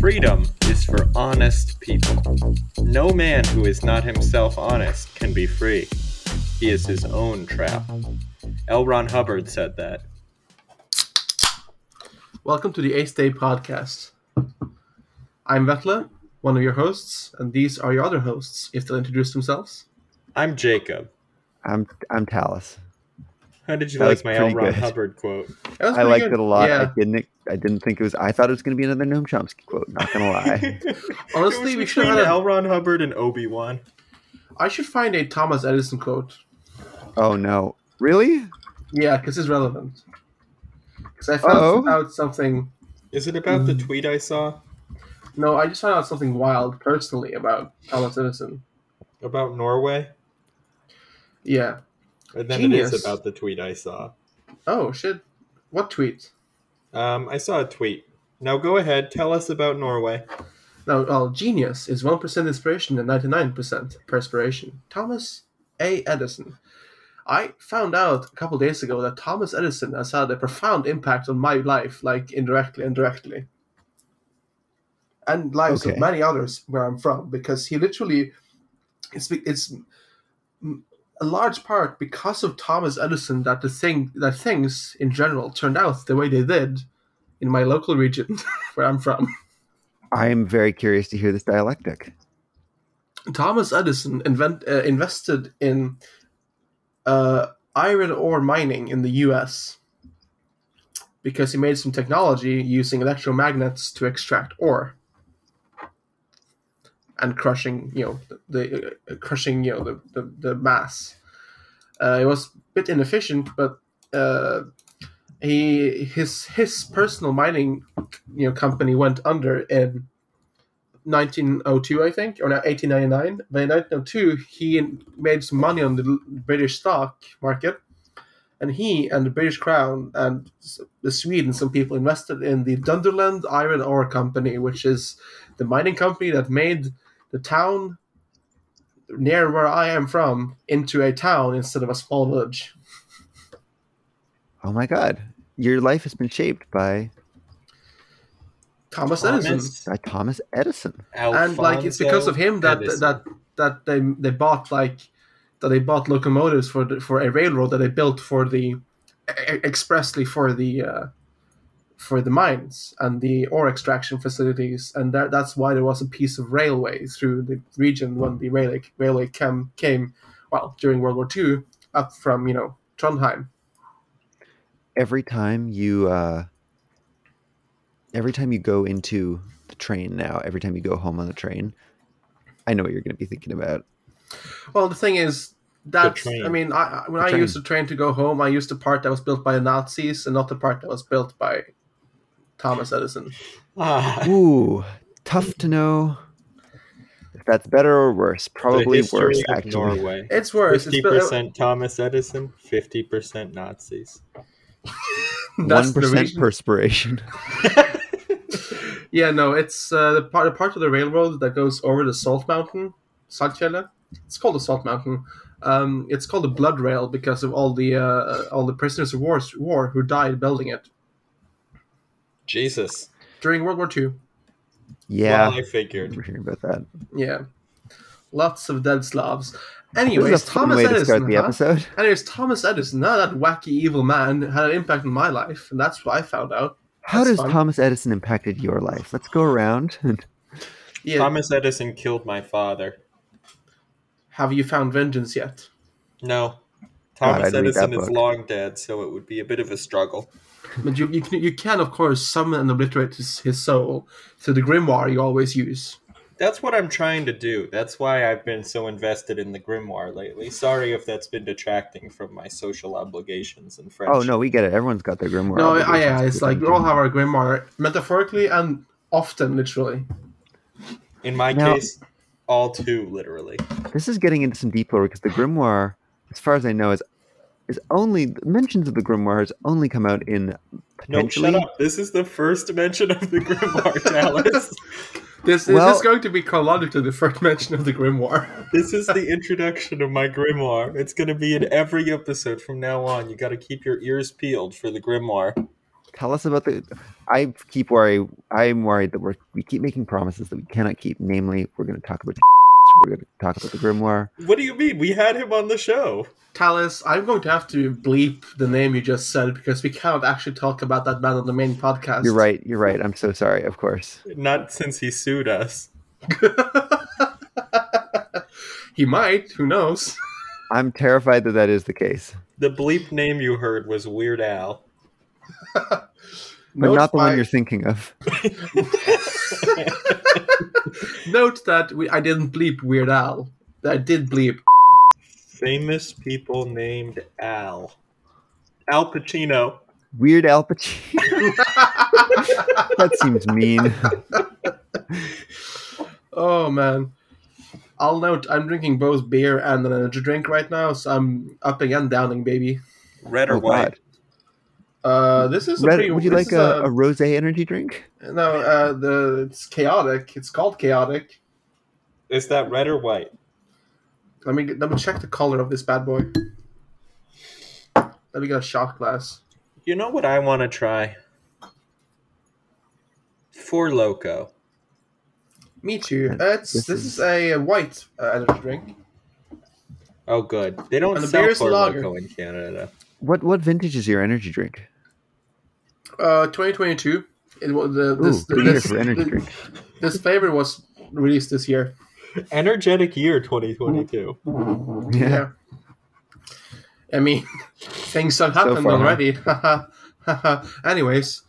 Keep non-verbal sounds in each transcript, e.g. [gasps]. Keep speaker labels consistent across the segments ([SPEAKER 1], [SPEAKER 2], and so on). [SPEAKER 1] Freedom is for honest people. No man who is not himself honest can be free. He is his own trap. L. Ron Hubbard said that.
[SPEAKER 2] Welcome to the Ace Day podcast. I'm Vetla, one of your hosts, and these are your other hosts, if they'll introduce themselves.
[SPEAKER 1] I'm Jacob.
[SPEAKER 3] I'm I'm Talus.
[SPEAKER 1] How did you
[SPEAKER 3] That
[SPEAKER 1] like
[SPEAKER 3] was
[SPEAKER 1] my L.
[SPEAKER 3] pretty
[SPEAKER 1] Ron
[SPEAKER 3] good. [laughs]
[SPEAKER 1] Hubbard quote?
[SPEAKER 2] That was
[SPEAKER 3] I
[SPEAKER 2] pretty
[SPEAKER 3] liked
[SPEAKER 2] good.
[SPEAKER 3] it a lot. I
[SPEAKER 2] Yeah.
[SPEAKER 3] didn't I didn't think it was I thought it was gonna be another Noam Chomsky quote, not gonna
[SPEAKER 1] [laughs]
[SPEAKER 2] [laughs]
[SPEAKER 3] lie.
[SPEAKER 1] It
[SPEAKER 2] Honestly,
[SPEAKER 1] was
[SPEAKER 2] we should
[SPEAKER 1] between
[SPEAKER 2] have had a,
[SPEAKER 1] L. Ron Hubbard and Obi Wan.
[SPEAKER 2] I should find a Thomas Edison quote.
[SPEAKER 3] oh no. Really?
[SPEAKER 2] Yeah, because it's relevant. Because I
[SPEAKER 3] Uh-oh.
[SPEAKER 2] found out something.
[SPEAKER 1] Is it about
[SPEAKER 3] Mm.
[SPEAKER 1] the tweet I saw
[SPEAKER 2] No, I just found out something wild personally about Thomas Edison.
[SPEAKER 1] about Norway?
[SPEAKER 2] Yeah.
[SPEAKER 1] And then it
[SPEAKER 2] Genius.
[SPEAKER 1] is about the tweet I saw.
[SPEAKER 2] Oh shit! What tweet?
[SPEAKER 1] Um, I saw a tweet. Now go ahead, tell us about Norway.
[SPEAKER 2] No, well, genius is one percent inspiration and ninety-nine percent perspiration. Thomas A. Edison. I found out a couple days ago that Thomas Edison has had a profound impact on my life, like indirectly and directly, and lives of
[SPEAKER 3] Okay.
[SPEAKER 2] many others where I'm from, because he literally, it's be- it's mm, a large part because of Thomas Edison that the thing that things in general turned out the way they did in my local region [laughs] where I'm from.
[SPEAKER 3] I am very curious to hear this dialectic.
[SPEAKER 2] Thomas Edison invent, uh, invested in uh, iron ore mining in the U.S. because he made some technology using electromagnets to extract ore and crushing, you know, the uh, crushing, you know, the the, the mass. Uh, it was a bit inefficient, but uh, he his his personal mining, you know, company went under in 1902, I think, or no, 1899. But in 1902, he made some money on the l- British stock market, and he and the British Crown and s- the Sweden, some people invested in the Dunderland Iron Ore Company, which is the mining company that made the town near where I am from into a town instead of a small village.
[SPEAKER 3] Oh my god. Your life has been shaped by,
[SPEAKER 2] Thomas, Edison.
[SPEAKER 1] Thomas
[SPEAKER 3] by Thomas Edison.
[SPEAKER 2] and like it's because of him that
[SPEAKER 1] Edison.
[SPEAKER 2] that that they they bought like that they bought locomotives for the, for a railroad that they built for the e- expressly for the uh, for the mines and the ore extraction facilities and that, that's why there was a piece of railway through the region when the railway railway came came well during World War II up from you know Trondheim
[SPEAKER 3] Every time you uh every time you go into the train now, every time you go home on the train, I know what you're gonna be thinking about.
[SPEAKER 2] Well, the thing is that
[SPEAKER 1] train.
[SPEAKER 2] I mean, I, I- when
[SPEAKER 3] The
[SPEAKER 2] I
[SPEAKER 3] train.
[SPEAKER 2] used the train to go home, I used the part that was built by the Nazis and not the part that was built by Thomas Edison.
[SPEAKER 1] Ah,
[SPEAKER 3] Ooh, tough to know if that's better or worse.
[SPEAKER 1] the
[SPEAKER 3] Probably
[SPEAKER 1] history
[SPEAKER 3] worse,
[SPEAKER 1] of
[SPEAKER 3] actually.
[SPEAKER 1] Norway.
[SPEAKER 2] It's worse. It's
[SPEAKER 1] Fifty
[SPEAKER 2] built,
[SPEAKER 1] percent Thomas Edison, fifty percent Nazis.
[SPEAKER 2] that's
[SPEAKER 3] One
[SPEAKER 2] the
[SPEAKER 3] percent
[SPEAKER 2] reason.
[SPEAKER 3] perspiration. [laughs]
[SPEAKER 2] yeah, no, it's uh, the part the part of the railroad that goes over the Salt Mountain, Saltfjella. It's called the Salt Mountain. Um, it's called the Blood Rail because of all the uh, all the prisoners of war war who died building it
[SPEAKER 1] Jesus.
[SPEAKER 2] during World War II.
[SPEAKER 3] Yeah,
[SPEAKER 1] Well, I figured.
[SPEAKER 3] we're hearing about that.
[SPEAKER 2] Yeah, lots of dead Slavs.
[SPEAKER 3] This
[SPEAKER 2] Anyways,
[SPEAKER 3] is a fun
[SPEAKER 2] Thomas
[SPEAKER 3] way
[SPEAKER 2] Edison.
[SPEAKER 3] to start the
[SPEAKER 2] huh?
[SPEAKER 3] episode.
[SPEAKER 2] Anyways, Thomas Edison, now that wacky evil man, had an impact on my life, and that's what I found out.
[SPEAKER 3] How
[SPEAKER 2] That's
[SPEAKER 3] does
[SPEAKER 2] fun.
[SPEAKER 3] Thomas Edison impacted your life? Let's go around. [laughs] and-
[SPEAKER 2] Yeah.
[SPEAKER 1] Thomas Edison killed my father.
[SPEAKER 2] Have you found vengeance yet?
[SPEAKER 1] No.
[SPEAKER 3] God,
[SPEAKER 1] Thomas
[SPEAKER 3] I'd read
[SPEAKER 1] Edison
[SPEAKER 3] that
[SPEAKER 1] is
[SPEAKER 3] book.
[SPEAKER 1] long dead, so it would be a bit of a struggle.
[SPEAKER 2] But you, you, can, you can, of course, summon and obliterate his, his soul through the grimoire you always use.
[SPEAKER 1] That's what I'm trying to do. That's why I've been so invested in the grimoire lately. Sorry if that's been detracting from my social obligations and friendship.
[SPEAKER 3] Oh no, we get it. Everyone's got their grimoire.
[SPEAKER 2] no, I,
[SPEAKER 3] obligations
[SPEAKER 2] yeah, it's
[SPEAKER 3] to
[SPEAKER 2] like we
[SPEAKER 3] them.
[SPEAKER 2] all have our grimoire, metaphorically and often literally.
[SPEAKER 1] In my
[SPEAKER 3] Now-
[SPEAKER 1] case, all too literally.
[SPEAKER 3] This is getting into some deep lore because the grimoire, as far as I know, is is only mentions of the grimoire has only come out in
[SPEAKER 1] No,
[SPEAKER 3] potentially.
[SPEAKER 1] shut up. This is the first mention of
[SPEAKER 3] [laughs]
[SPEAKER 1] the grimoire, Dallas.
[SPEAKER 2] This
[SPEAKER 3] Well-
[SPEAKER 2] is this going to be colored to the third [laughs] mention of the grimoire.
[SPEAKER 1] This is the introduction of my grimoire. It's going to be in every episode from now on. You got to keep your ears peeled for the grimoire.
[SPEAKER 3] Tell us about the. I keep worry. I'm worried that we're we keep making promises that we cannot keep. Namely, we're going to talk about. [laughs] We're going to talk about the grimoire.
[SPEAKER 1] What do you mean? We had him on the show.
[SPEAKER 2] Talis, I'm going to have to bleep the name you just said because we cannot actually talk about that man on the main podcast.
[SPEAKER 3] You're right. You're right. I'm so sorry. Of course.
[SPEAKER 1] Not since he sued us.
[SPEAKER 2] he might. Who knows?
[SPEAKER 3] I'm terrified that that is the case.
[SPEAKER 1] The bleep name you heard was Weird Al.
[SPEAKER 3] But not the one you're thinking of.
[SPEAKER 2] Note that we, I didn't bleep Weird Al. I did bleep.
[SPEAKER 1] Famous people named Al. Al Pacino.
[SPEAKER 3] Weird Al Pacino.
[SPEAKER 2] [laughs]
[SPEAKER 3] that seems mean.
[SPEAKER 2] Oh man. I'll note I'm drinking both beer and an energy drink right now, so I'm upping and downing, baby.
[SPEAKER 1] Red or
[SPEAKER 3] Oh,
[SPEAKER 1] white?
[SPEAKER 3] God.
[SPEAKER 2] Uh, this is a
[SPEAKER 3] Red,
[SPEAKER 2] pretty,
[SPEAKER 3] would you
[SPEAKER 2] this
[SPEAKER 3] like
[SPEAKER 2] is
[SPEAKER 3] a, a rose energy drink?
[SPEAKER 2] no? Uh, the it's chaotic. It's called chaotic.
[SPEAKER 1] Is that red or white?
[SPEAKER 2] Let me let me check the color of this bad boy. Let me get a shot glass.
[SPEAKER 1] You know what I want to try? Four Loco.
[SPEAKER 2] Me too. Uh, it's
[SPEAKER 3] This
[SPEAKER 2] this,
[SPEAKER 3] is-
[SPEAKER 2] is, a white uh, energy drink.
[SPEAKER 1] Oh, good. They don't
[SPEAKER 2] And the
[SPEAKER 1] sell
[SPEAKER 2] beer's
[SPEAKER 1] Four
[SPEAKER 2] lager.
[SPEAKER 1] Loco in Canada.
[SPEAKER 3] What what vintage is your energy drink?
[SPEAKER 2] Uh, 2022. It was the
[SPEAKER 3] Ooh,
[SPEAKER 2] this
[SPEAKER 3] good year
[SPEAKER 2] this,
[SPEAKER 3] for energy
[SPEAKER 2] this,
[SPEAKER 3] drink.
[SPEAKER 2] this flavor was released this year.
[SPEAKER 1] Energetic year 2022.
[SPEAKER 3] Yeah.
[SPEAKER 2] Yeah. I mean, [laughs] things have happened
[SPEAKER 3] far, huh?
[SPEAKER 2] already. [laughs] Anyways,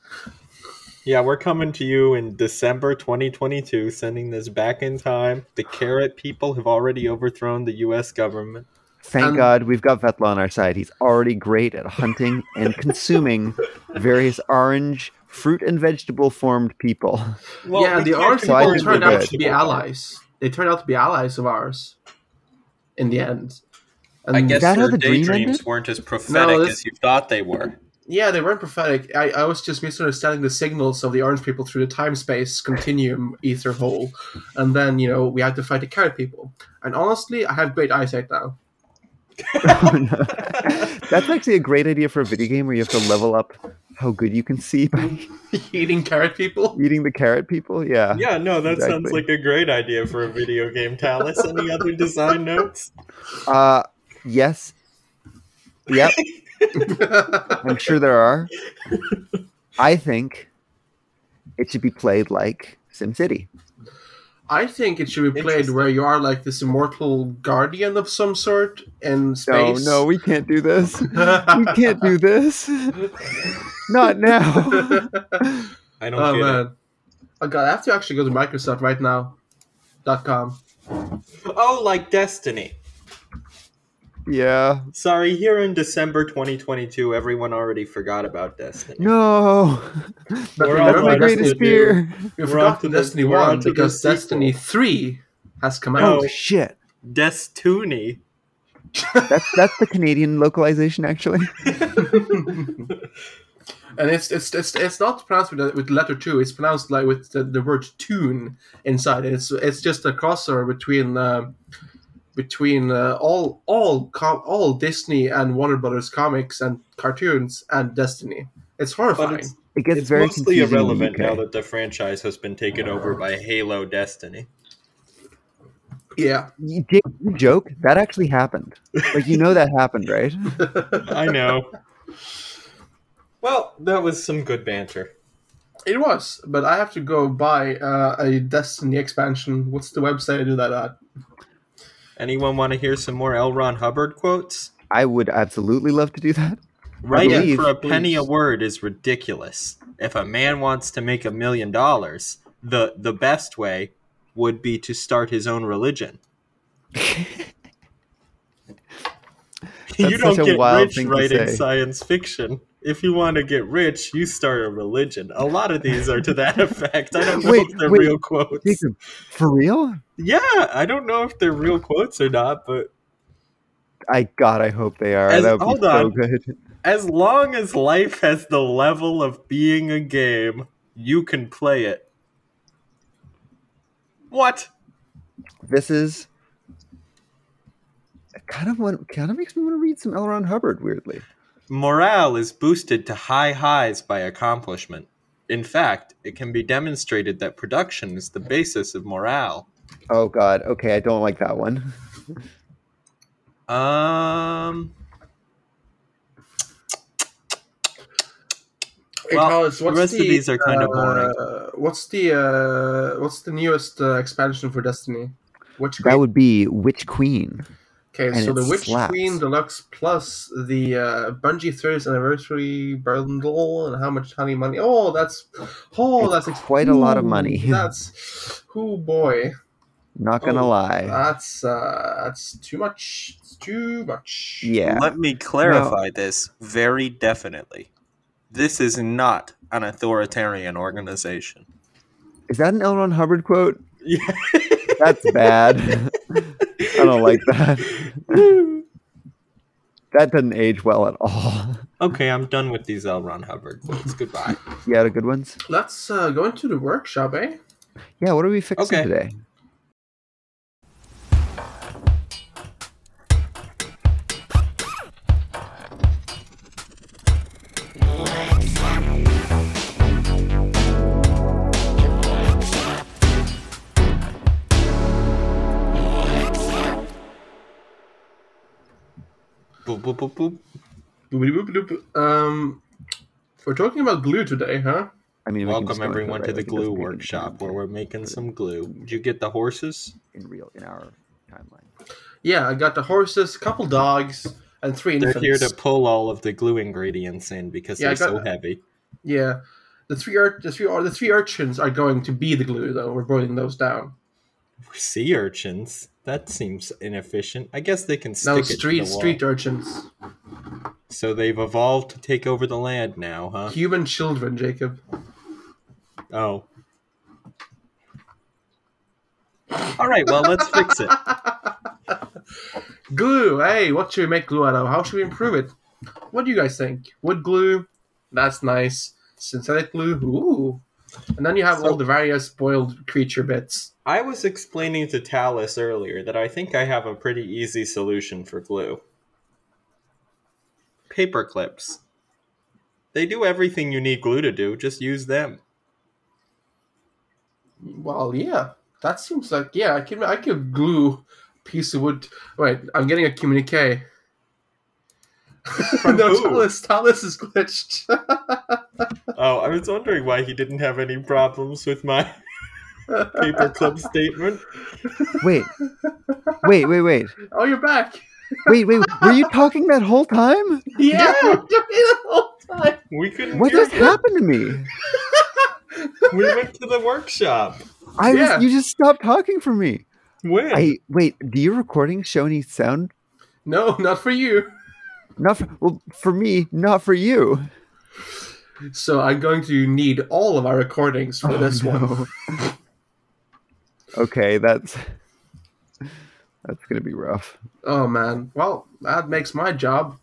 [SPEAKER 1] Yeah, we're coming to you in December 2022, sending this back in time. The carrot people have already overthrown the U.S. government.
[SPEAKER 3] Thank
[SPEAKER 2] Um,
[SPEAKER 3] God we've got Vetla on our side. He's already great at hunting and consuming various orange fruit and vegetable formed people. [laughs]
[SPEAKER 1] Well,
[SPEAKER 2] yeah,
[SPEAKER 1] we
[SPEAKER 2] the
[SPEAKER 1] can't
[SPEAKER 2] orange
[SPEAKER 3] so I
[SPEAKER 2] people
[SPEAKER 1] control
[SPEAKER 3] think
[SPEAKER 2] turned
[SPEAKER 3] we're
[SPEAKER 2] out
[SPEAKER 3] good.
[SPEAKER 2] to be allies. They turned out to be allies of ours. In the end, and
[SPEAKER 1] I guess
[SPEAKER 3] that how
[SPEAKER 1] their
[SPEAKER 3] the dream
[SPEAKER 1] daydreams
[SPEAKER 3] ended?
[SPEAKER 1] weren't as prophetic
[SPEAKER 2] this-
[SPEAKER 1] as you thought they were.
[SPEAKER 2] yeah, they weren't prophetic. I, I was just misunderstanding the signals of the orange people through the time space continuum ether hole, and then you know we had to fight the carrot people. And honestly, I have great eyesight now. [laughs]
[SPEAKER 3] Oh, That's actually a great idea for a video game where you have to level up how good you can see by
[SPEAKER 2] Eating carrot people.
[SPEAKER 3] eating the carrot people. Yeah.
[SPEAKER 1] Yeah, no, that sounds
[SPEAKER 3] Exactly.
[SPEAKER 1] like a great idea for a video game, Talis. Any other [laughs] design notes?
[SPEAKER 3] Uh yes.
[SPEAKER 1] [laughs]
[SPEAKER 3] Yep. I'm sure there are. I think it should be played like SimCity.
[SPEAKER 2] I think it should be played
[SPEAKER 1] Interesting.
[SPEAKER 2] where you are like this immortal guardian of some sort in space. Oh,
[SPEAKER 3] No, no,
[SPEAKER 1] [laughs]
[SPEAKER 2] [laughs]
[SPEAKER 3] we can't do this.
[SPEAKER 2] no.
[SPEAKER 3] We can't do this. Not now.
[SPEAKER 1] I don't
[SPEAKER 2] oh
[SPEAKER 1] get
[SPEAKER 2] man. Oh god, I have to actually go to Microsoft right now. Dot com.
[SPEAKER 1] it. Oh, like Destiny.
[SPEAKER 3] yeah.
[SPEAKER 1] Sorry, here in December 2022, everyone already forgot about Destiny.
[SPEAKER 3] No.
[SPEAKER 2] But
[SPEAKER 1] We're
[SPEAKER 2] remember
[SPEAKER 1] all
[SPEAKER 3] My
[SPEAKER 1] Destiny
[SPEAKER 3] greatest
[SPEAKER 2] two.
[SPEAKER 3] fear.
[SPEAKER 2] We
[SPEAKER 1] We're
[SPEAKER 2] forgot
[SPEAKER 1] on to the-
[SPEAKER 2] Destiny
[SPEAKER 1] we're on
[SPEAKER 2] One
[SPEAKER 1] to the
[SPEAKER 2] because
[SPEAKER 1] sequel.
[SPEAKER 2] Destiny Three has come out.
[SPEAKER 1] No.
[SPEAKER 3] Oh shit.
[SPEAKER 1] Destiny.
[SPEAKER 3] That's that's the Canadian localization actually.
[SPEAKER 2] And it's it's it's it's not pronounced with the, with the letter two. It's pronounced like with the, the word tune inside. And it's it's just a crossover between uh, between uh, all all com- all Disney and Warner Brothers comics and cartoons and Destiny. It's horrifying.
[SPEAKER 1] it's-
[SPEAKER 3] It gets
[SPEAKER 1] It's
[SPEAKER 3] very
[SPEAKER 1] mostly
[SPEAKER 3] confusing in the
[SPEAKER 1] irrelevant
[SPEAKER 3] UK.
[SPEAKER 1] now that the franchise has been taken over by Halo Destiny.
[SPEAKER 2] yeah,
[SPEAKER 3] You, j- you joke? That actually happened. Like you know that happened,
[SPEAKER 1] [laughs]
[SPEAKER 3] right?
[SPEAKER 1] I know. Well, that was some good banter.
[SPEAKER 2] it was. But I have to go buy uh, a Destiny expansion. What's the website I do that at?
[SPEAKER 1] Anyone want to hear some more L. Ron Hubbard quotes?
[SPEAKER 3] I would absolutely love to do that.
[SPEAKER 1] Writing
[SPEAKER 3] believe-
[SPEAKER 1] for a penny a word is ridiculous. If a man wants to make a million dollars, the the best way
[SPEAKER 3] [laughs]
[SPEAKER 1] would be to start his own religion. you
[SPEAKER 3] That's such
[SPEAKER 1] don't
[SPEAKER 3] a
[SPEAKER 1] get
[SPEAKER 3] wild
[SPEAKER 1] rich
[SPEAKER 3] thing to
[SPEAKER 1] writing
[SPEAKER 3] say.
[SPEAKER 1] science fiction. If you want to get rich, you start a religion. A lot of these are to that [laughs] effect. I don't know
[SPEAKER 3] Wait,
[SPEAKER 1] if they're
[SPEAKER 3] wait.
[SPEAKER 1] real quotes.
[SPEAKER 3] Jacob, for real?
[SPEAKER 1] Yeah, I don't know if they're real quotes or not, but
[SPEAKER 3] I God, I hope they are.
[SPEAKER 1] As-
[SPEAKER 3] that would
[SPEAKER 1] hold
[SPEAKER 3] be so
[SPEAKER 1] on.
[SPEAKER 3] good.
[SPEAKER 1] as long as life has the level of being a game, you can play it. What?
[SPEAKER 3] This is I kind of want kind of makes me want to read some L. Ron Hubbard. Weirdly,
[SPEAKER 1] Morale is boosted to high highs by accomplishment. In fact, it can be demonstrated that production is the basis of morale.
[SPEAKER 3] oh God, okay, I don't like that one.
[SPEAKER 1] Um,
[SPEAKER 2] Hey,
[SPEAKER 1] Well,
[SPEAKER 2] Carlos, what's
[SPEAKER 1] the rest
[SPEAKER 2] the,
[SPEAKER 1] of these are kind of boring.
[SPEAKER 2] Uh, what's the uh, what's the newest uh, expansion for Destiny? Witch
[SPEAKER 3] That
[SPEAKER 2] Queen.
[SPEAKER 3] would be Witch Queen.
[SPEAKER 2] okay,
[SPEAKER 3] and
[SPEAKER 2] so
[SPEAKER 3] it
[SPEAKER 2] the Witch
[SPEAKER 3] slaps.
[SPEAKER 2] Queen Deluxe plus the uh, Bungie 30th anniversary bundle and how much honey money? Oh, that's oh,
[SPEAKER 3] It's
[SPEAKER 2] that's
[SPEAKER 3] quite a lot of
[SPEAKER 2] ooh,
[SPEAKER 3] money. [laughs]
[SPEAKER 2] That's oh boy,
[SPEAKER 3] Not gonna
[SPEAKER 1] Oh,
[SPEAKER 3] lie.
[SPEAKER 2] that's uh, that's too much. It's too much.
[SPEAKER 3] yeah,
[SPEAKER 1] let me clarify this very definitely. This is not an authoritarian organization.
[SPEAKER 3] is that an L. Ron Hubbard quote?
[SPEAKER 1] Yeah. [laughs]
[SPEAKER 3] That's bad. I don't like that. That doesn't age well at all.
[SPEAKER 1] Okay, I'm done with these L. Ron Hubbard quotes. Goodbye.
[SPEAKER 3] You had a good ones.
[SPEAKER 2] Let's uh, go into the workshop, eh?
[SPEAKER 3] Yeah, what are we fixing
[SPEAKER 1] Okay.
[SPEAKER 3] today?
[SPEAKER 1] Boop, boop, boop, boop.
[SPEAKER 2] Boop-a-doop-a-doop. Um, we're talking about glue today, huh?
[SPEAKER 3] I mean, we can just
[SPEAKER 1] Welcome
[SPEAKER 3] go into it,
[SPEAKER 1] everyone to
[SPEAKER 3] right?
[SPEAKER 1] the
[SPEAKER 3] Like, it doesn't
[SPEAKER 1] glue
[SPEAKER 3] make any
[SPEAKER 1] workshop
[SPEAKER 3] difference
[SPEAKER 1] where we're making some glue. Did you get the horses?
[SPEAKER 3] in real in our timeline.
[SPEAKER 2] Yeah, I got the horses, couple dogs, and three
[SPEAKER 1] They're
[SPEAKER 2] infants.
[SPEAKER 1] here to pull all of the glue ingredients in because
[SPEAKER 2] Yeah, I
[SPEAKER 1] they're so
[SPEAKER 2] got-
[SPEAKER 1] heavy.
[SPEAKER 2] Yeah, the three ur- the three or the three urchins are going to be the glue, though. We're boiling those down.
[SPEAKER 1] Sea urchins? That seems inefficient. I guess they can stick
[SPEAKER 2] No
[SPEAKER 1] it to
[SPEAKER 2] street
[SPEAKER 1] the wall.
[SPEAKER 2] street urchins,
[SPEAKER 1] So they've evolved to take over the land now, huh?
[SPEAKER 2] human children, Jacob.
[SPEAKER 1] Oh. All right, well, let's fix
[SPEAKER 2] [laughs]
[SPEAKER 1] it.
[SPEAKER 2] glue. Hey, what should we make glue out of? How should we improve it? What do you guys think? Wood glue, that's nice. Synthetic glue, ooh. And then you have
[SPEAKER 1] So-
[SPEAKER 2] all the various boiled creature bits.
[SPEAKER 1] I was explaining to Talus earlier that I think I have a pretty easy solution for glue. Paper clips. They do everything you need glue to do, just use them.
[SPEAKER 2] Well, yeah, that seems like yeah. I can I could glue a piece of wood. Wait, I'm getting a communique.
[SPEAKER 1] From
[SPEAKER 2] [laughs] no,
[SPEAKER 1] who?
[SPEAKER 2] Talus, Talus is glitched. [laughs]
[SPEAKER 1] Oh, I was wondering why he didn't have any problems with my [laughs] paper clip statement.
[SPEAKER 3] Wait, wait, wait, wait,
[SPEAKER 2] oh, you're back.
[SPEAKER 3] wait, wait. Were you talking that whole time?
[SPEAKER 2] [laughs] Yeah,
[SPEAKER 1] Yeah.
[SPEAKER 2] we're doing it the whole time.
[SPEAKER 1] We couldn't
[SPEAKER 3] What
[SPEAKER 1] hear
[SPEAKER 3] just
[SPEAKER 1] you.
[SPEAKER 3] happened to me? [laughs]
[SPEAKER 1] We went to the workshop.
[SPEAKER 3] I was,
[SPEAKER 2] Yeah.
[SPEAKER 3] you just stopped talking for me.
[SPEAKER 1] When?
[SPEAKER 3] I wait. Do your recordings show any sound?
[SPEAKER 2] No, not for you.
[SPEAKER 3] Not for, well for me, not for you.
[SPEAKER 2] So I'm going to need all of our recordings for
[SPEAKER 3] Oh,
[SPEAKER 2] this one.
[SPEAKER 3] no. okay, that's that's gonna be rough.
[SPEAKER 2] Oh man. Well, that makes my job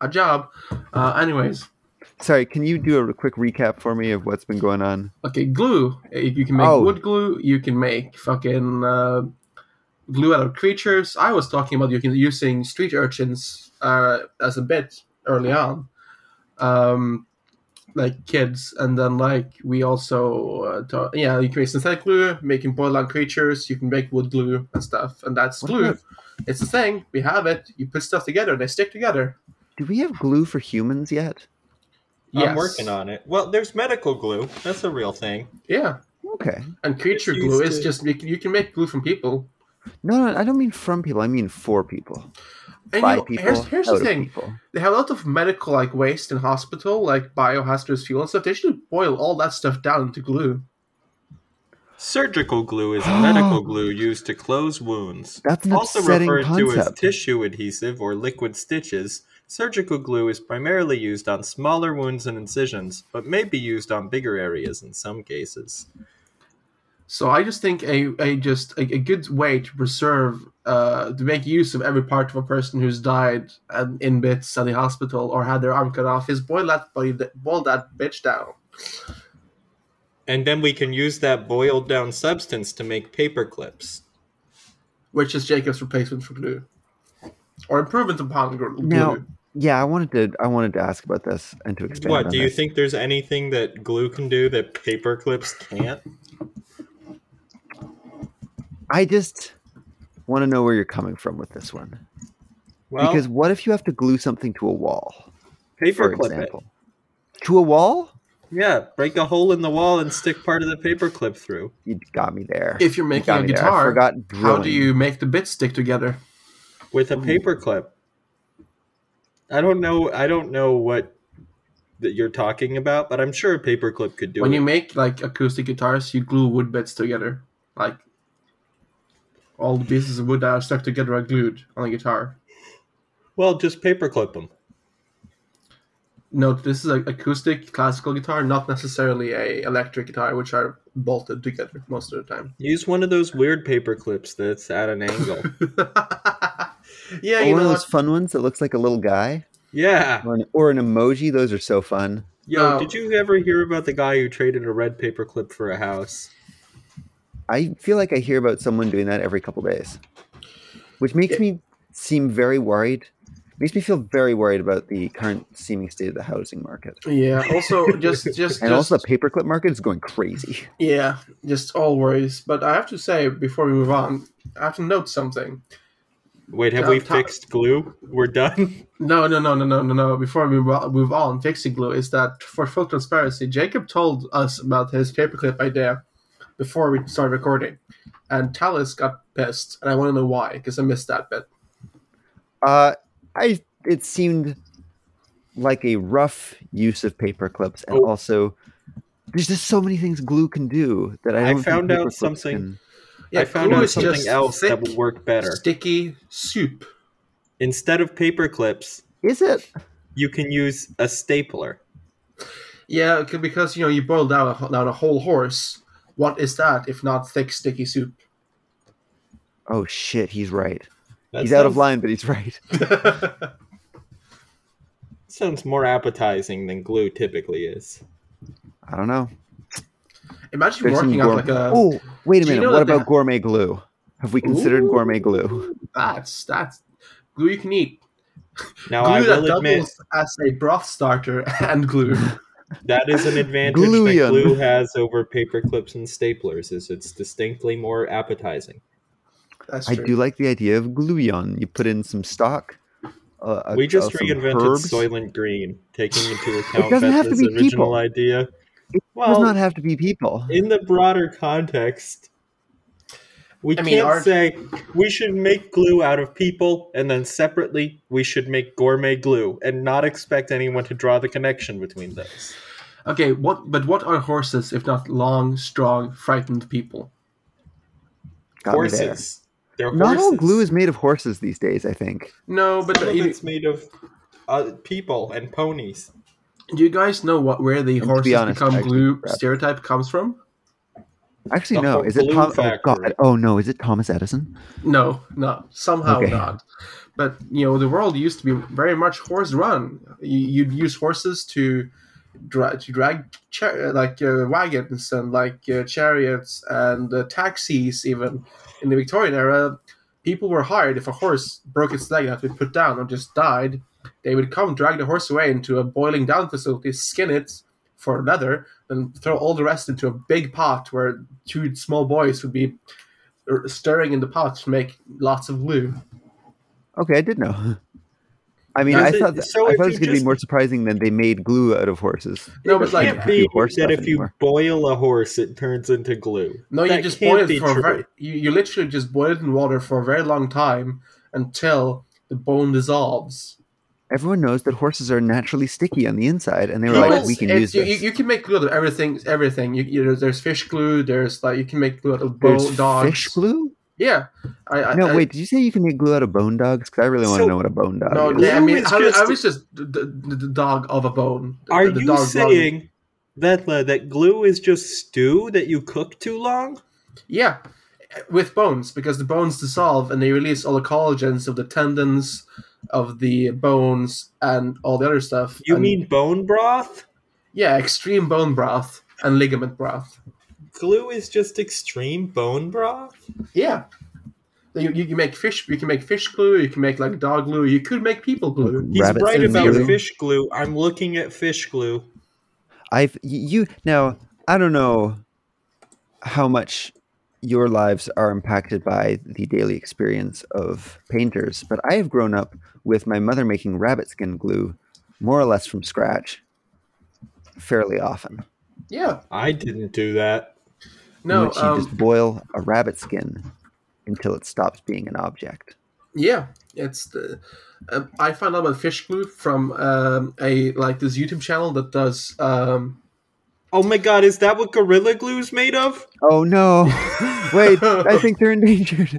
[SPEAKER 2] a job. Uh, anyways,
[SPEAKER 3] Sorry, can you do a quick recap for me of what's been going on?
[SPEAKER 2] Okay, glue. Uh, You can make
[SPEAKER 3] Oh.
[SPEAKER 2] wood glue. You can make fucking uh, glue out of creatures. I was talking about you can using street urchins uh, as a bit early on, um, like kids, and then like we also uh, ta- yeah, you can make synthetic glue, making boil out creatures. You can make wood glue and stuff, and that's
[SPEAKER 3] What
[SPEAKER 2] glue.
[SPEAKER 3] about-
[SPEAKER 2] It's a thing. We have it. You put stuff together, they stick together.
[SPEAKER 3] Do we have glue for humans yet?
[SPEAKER 1] I'm working on it. Well, there's medical glue. That's a real thing.
[SPEAKER 2] Yeah,
[SPEAKER 3] Okay.
[SPEAKER 2] and creature
[SPEAKER 1] It's
[SPEAKER 2] glue
[SPEAKER 1] used
[SPEAKER 2] is
[SPEAKER 1] to-
[SPEAKER 2] just you can, you can make glue from people.
[SPEAKER 3] No, no, I don't mean from people. I mean for people.
[SPEAKER 2] And
[SPEAKER 3] By
[SPEAKER 2] you know,
[SPEAKER 3] people.
[SPEAKER 2] here's, here's
[SPEAKER 3] out
[SPEAKER 2] the
[SPEAKER 3] of
[SPEAKER 2] thing.
[SPEAKER 3] people.
[SPEAKER 2] they have a lot of medical like waste in hospital, like biohazardous fuel and stuff. They should boil all that stuff down into glue.
[SPEAKER 1] Surgical glue is a
[SPEAKER 3] [gasps]
[SPEAKER 1] medical glue used to close wounds.
[SPEAKER 3] That's an
[SPEAKER 1] also
[SPEAKER 3] upsetting
[SPEAKER 1] referred to as
[SPEAKER 3] concept.
[SPEAKER 1] tissue adhesive or liquid stitches, surgical glue is primarily used on smaller wounds and incisions, but may be used on bigger areas in some cases.
[SPEAKER 2] So I just think a, a just a, a good way to preserve uh, to make use of every part of a person who's died and in bits at the hospital or had their arm cut off is boil that body, boil that bitch down.
[SPEAKER 1] And then we can use that boiled down substance to make paper clips.
[SPEAKER 2] which is Jacob's replacement for glue, or improvement upon gr- glue.
[SPEAKER 3] Now, yeah, I wanted to I wanted to ask about this and to expand.
[SPEAKER 1] What,
[SPEAKER 3] on
[SPEAKER 1] do you
[SPEAKER 3] this.
[SPEAKER 1] think there's anything that glue can do that paper clips
[SPEAKER 3] [laughs]
[SPEAKER 1] can't?
[SPEAKER 3] I just want to know where you're coming from with this one.
[SPEAKER 1] Well,
[SPEAKER 3] because what if you have to glue something to a wall, for
[SPEAKER 1] paper clip it.
[SPEAKER 3] example? To a wall?
[SPEAKER 1] Yeah, break a hole in the wall and stick part of the paper clip through.
[SPEAKER 3] You got me there.
[SPEAKER 2] if you're
[SPEAKER 3] You
[SPEAKER 2] making
[SPEAKER 3] got
[SPEAKER 2] a
[SPEAKER 3] me there. Oh I
[SPEAKER 2] guitar,
[SPEAKER 3] forgot drilling.
[SPEAKER 2] how do you make the bits stick together?
[SPEAKER 1] with
[SPEAKER 3] Hmm.
[SPEAKER 1] a paperclip. I don't know. I don't know what that you're talking about, but I'm sure a paperclip could do
[SPEAKER 2] when
[SPEAKER 1] it.
[SPEAKER 2] you make like acoustic guitars, you glue wood bits together, like all the pieces of wood that are stuck together are glued on a guitar.
[SPEAKER 1] well, just paperclip them.
[SPEAKER 2] Note this is an acoustic classical guitar, not necessarily a electric guitar, which are bolted together most of the time. [laughs]
[SPEAKER 1] Use one of those weird paperclips that's at
[SPEAKER 3] [laughs]
[SPEAKER 1] an angle.
[SPEAKER 2] yeah,
[SPEAKER 3] Or
[SPEAKER 2] you
[SPEAKER 3] one
[SPEAKER 2] know,
[SPEAKER 3] of those fun ones that looks like a little guy,
[SPEAKER 1] yeah.
[SPEAKER 3] or an, or an emoji. Those are so fun.
[SPEAKER 1] Yo,
[SPEAKER 2] No.
[SPEAKER 1] did you ever hear about the guy who traded a red paperclip for a house?
[SPEAKER 3] I feel like I hear about someone doing that every couple days, which makes
[SPEAKER 2] Yeah.
[SPEAKER 3] me seem very worried. Makes me feel very worried about the current seeming state of the housing market,
[SPEAKER 2] yeah. Also,
[SPEAKER 3] [laughs]
[SPEAKER 2] just just
[SPEAKER 3] and
[SPEAKER 2] just
[SPEAKER 3] also the paperclip market is going crazy.
[SPEAKER 2] Yeah, just all worries. But I have to say, before we move on, I have to note something.
[SPEAKER 1] Wait, have
[SPEAKER 2] No,
[SPEAKER 1] we
[SPEAKER 2] Tom-
[SPEAKER 1] fixed glue? We're done.
[SPEAKER 2] No, no, no, no, no, no, no. Before we move on- move on, fixing glue is that for full transparency, Jacob told us about his paperclip idea before we started recording, and Talis got pissed, and I want to know why because I missed that bit.
[SPEAKER 3] Uh, I it seemed like a rough use of paper clips, and
[SPEAKER 1] Oh.
[SPEAKER 3] also there's just so many things glue can do that I,
[SPEAKER 1] I
[SPEAKER 3] don't think
[SPEAKER 1] found out
[SPEAKER 3] paper clips
[SPEAKER 1] something
[SPEAKER 3] can-
[SPEAKER 2] [laughs] Yeah,
[SPEAKER 1] I found
[SPEAKER 2] glue
[SPEAKER 1] out
[SPEAKER 2] is
[SPEAKER 1] something
[SPEAKER 2] just
[SPEAKER 1] else that
[SPEAKER 2] thick,
[SPEAKER 1] would work better.
[SPEAKER 2] Sticky soup.
[SPEAKER 1] Instead of paperclips,
[SPEAKER 3] Is it?
[SPEAKER 1] you can use a stapler.
[SPEAKER 2] Yeah, c- because you know you boil down a, down a whole horse. What is that if not thick sticky soup?
[SPEAKER 3] Oh shit, he's right.
[SPEAKER 1] That
[SPEAKER 3] he's out of
[SPEAKER 1] sounds-
[SPEAKER 3] line, but he's right.
[SPEAKER 1] Sounds more appetizing than glue typically is.
[SPEAKER 3] I don't know.
[SPEAKER 2] Imagine
[SPEAKER 3] There's some
[SPEAKER 2] working out
[SPEAKER 3] gourmet-
[SPEAKER 2] like a
[SPEAKER 3] Oh, wait a
[SPEAKER 2] Do you
[SPEAKER 3] minute.
[SPEAKER 2] know
[SPEAKER 3] what
[SPEAKER 2] that
[SPEAKER 3] about
[SPEAKER 2] the-
[SPEAKER 3] gourmet glue? Have we considered gourmet glue?
[SPEAKER 2] That's that's glue you can eat.
[SPEAKER 1] Now I
[SPEAKER 2] glue that
[SPEAKER 1] will
[SPEAKER 2] doubles
[SPEAKER 1] admit
[SPEAKER 2] as a broth starter [laughs] and glue.
[SPEAKER 1] that
[SPEAKER 3] [laughs]
[SPEAKER 1] is an advantage
[SPEAKER 3] Glueon.
[SPEAKER 1] that glue has over paper clips and staplers is it's distinctly more appetizing.
[SPEAKER 2] That's
[SPEAKER 3] I
[SPEAKER 2] troo.
[SPEAKER 3] do like the idea of glueon. You put in some stock. Uh, uh,
[SPEAKER 1] we just
[SPEAKER 3] uh, some
[SPEAKER 1] reinvented
[SPEAKER 3] herbs.
[SPEAKER 1] Soylent Green, taking into account
[SPEAKER 3] doesn't have to
[SPEAKER 1] Beth's
[SPEAKER 3] be
[SPEAKER 1] original
[SPEAKER 3] people.
[SPEAKER 1] idea.
[SPEAKER 3] It
[SPEAKER 1] well,
[SPEAKER 3] Does not have to be people.
[SPEAKER 1] in the broader context, we
[SPEAKER 2] I mean,
[SPEAKER 1] can't
[SPEAKER 2] our-
[SPEAKER 1] say we should make glue out of people, and then separately we should make gourmet glue, and not expect anyone to draw the connection between those.
[SPEAKER 2] Okay, what? But what are horses if not long, strong, frightened people?
[SPEAKER 3] Got me there.
[SPEAKER 1] horses, they're
[SPEAKER 3] Not all
[SPEAKER 1] horses.
[SPEAKER 3] glue is made of horses these days. I think.
[SPEAKER 2] No,
[SPEAKER 1] But
[SPEAKER 2] but
[SPEAKER 1] Some of
[SPEAKER 2] you,
[SPEAKER 1] it's made of uh, people and ponies.
[SPEAKER 2] do you guys know what where the
[SPEAKER 3] to be
[SPEAKER 2] horses
[SPEAKER 3] honest, I
[SPEAKER 2] become
[SPEAKER 3] actually
[SPEAKER 2] glue
[SPEAKER 3] forgot.
[SPEAKER 2] stereotype comes from?
[SPEAKER 3] Actually,
[SPEAKER 1] The
[SPEAKER 3] no.
[SPEAKER 1] whole
[SPEAKER 3] Is it
[SPEAKER 1] glue
[SPEAKER 3] Tom? Oh,
[SPEAKER 1] factory.
[SPEAKER 3] God. oh no, is it Thomas Edison?
[SPEAKER 2] No, no, somehow
[SPEAKER 3] Okay.
[SPEAKER 2] not. But you know, the world used to be very much horse run. You- You'd use horses to drag, to drag char- like uh, wagons and like uh, chariots and uh, taxis. Even in the Victorian era, people were hired if a horse broke its leg and had to be put down or just died. They would come drag the horse away into a boiling down facility, skin it for leather, and throw all the rest into a big pot where two small boys would be r- er, stirring in the pot to make lots of glue.
[SPEAKER 3] Okay, I did know. [laughs] I mean,
[SPEAKER 1] Does
[SPEAKER 3] I
[SPEAKER 1] it-
[SPEAKER 3] thought, that,
[SPEAKER 1] so
[SPEAKER 3] I
[SPEAKER 1] if
[SPEAKER 3] thought it
[SPEAKER 1] you
[SPEAKER 3] was going to
[SPEAKER 1] just-
[SPEAKER 3] be more surprising than they made glue out of horses.
[SPEAKER 2] No,
[SPEAKER 1] It
[SPEAKER 2] but like,
[SPEAKER 1] can't be
[SPEAKER 3] do horse
[SPEAKER 1] that
[SPEAKER 3] stuff
[SPEAKER 1] if you
[SPEAKER 3] anymore.
[SPEAKER 1] boil a horse, it turns into glue.
[SPEAKER 2] no, you
[SPEAKER 1] that
[SPEAKER 2] just
[SPEAKER 1] can't
[SPEAKER 2] boil it
[SPEAKER 1] be
[SPEAKER 2] for a
[SPEAKER 1] true.
[SPEAKER 2] very, you, you literally just boil it in water for a very long time until the bone dissolves.
[SPEAKER 3] Everyone knows that horses are naturally sticky on the inside, and they were like,
[SPEAKER 2] It's-
[SPEAKER 3] "We can
[SPEAKER 2] it's-
[SPEAKER 3] use
[SPEAKER 2] you,
[SPEAKER 3] this."
[SPEAKER 2] You, you can make glue out of everything. Everything. You, you know, there's fish glue. There's like you can make glue out of bone
[SPEAKER 3] There's
[SPEAKER 2] dogs.
[SPEAKER 3] fish glue.
[SPEAKER 2] Yeah. I, I,
[SPEAKER 3] No,
[SPEAKER 2] I,
[SPEAKER 3] wait. Did you say you can make glue out of bone dogs? Because I really want to
[SPEAKER 1] So-
[SPEAKER 3] know what a bone dog
[SPEAKER 2] No,
[SPEAKER 3] is.
[SPEAKER 1] glue
[SPEAKER 2] I mean,
[SPEAKER 1] is
[SPEAKER 2] I, I
[SPEAKER 1] just-
[SPEAKER 2] was just the, the, the dog of a bone. The-
[SPEAKER 1] Are
[SPEAKER 2] the
[SPEAKER 1] you
[SPEAKER 2] dog bone.
[SPEAKER 1] saying, Vetla, that glue is just stew that you cook too long?
[SPEAKER 2] Yeah, with bones because the bones dissolve and they release all the collagens of the tendons, of the bones, and all the other stuff.
[SPEAKER 1] You
[SPEAKER 2] And-
[SPEAKER 1] mean bone broth?
[SPEAKER 2] yeah, extreme bone broth and ligament broth.
[SPEAKER 1] Glue is just extreme bone broth?
[SPEAKER 2] Yeah. You, you can make fish. You can make fish glue. You can make like dog glue. You could make people glue.
[SPEAKER 1] He's
[SPEAKER 3] Rabbit
[SPEAKER 1] right
[SPEAKER 2] skin
[SPEAKER 1] about
[SPEAKER 2] glue.
[SPEAKER 1] fish glue. I'm looking at fish glue.
[SPEAKER 3] I've y- you now. I don't know how much your lives are impacted by the daily experience of painters, but I have grown up with my mother making rabbit skin glue, more or less from scratch, fairly often.
[SPEAKER 2] Yeah.
[SPEAKER 1] I didn't do that.
[SPEAKER 3] in
[SPEAKER 2] No.
[SPEAKER 3] which you
[SPEAKER 2] Um,
[SPEAKER 3] just boil a rabbit skin until it stops being an object.
[SPEAKER 2] Yeah, it's the. Um, I found out about fish glue from um, a like this YouTube channel that does. Um, [laughs]
[SPEAKER 1] Oh my god, is that what gorilla glue's made of?
[SPEAKER 3] Oh [laughs] no! Wait, I think they're endangered.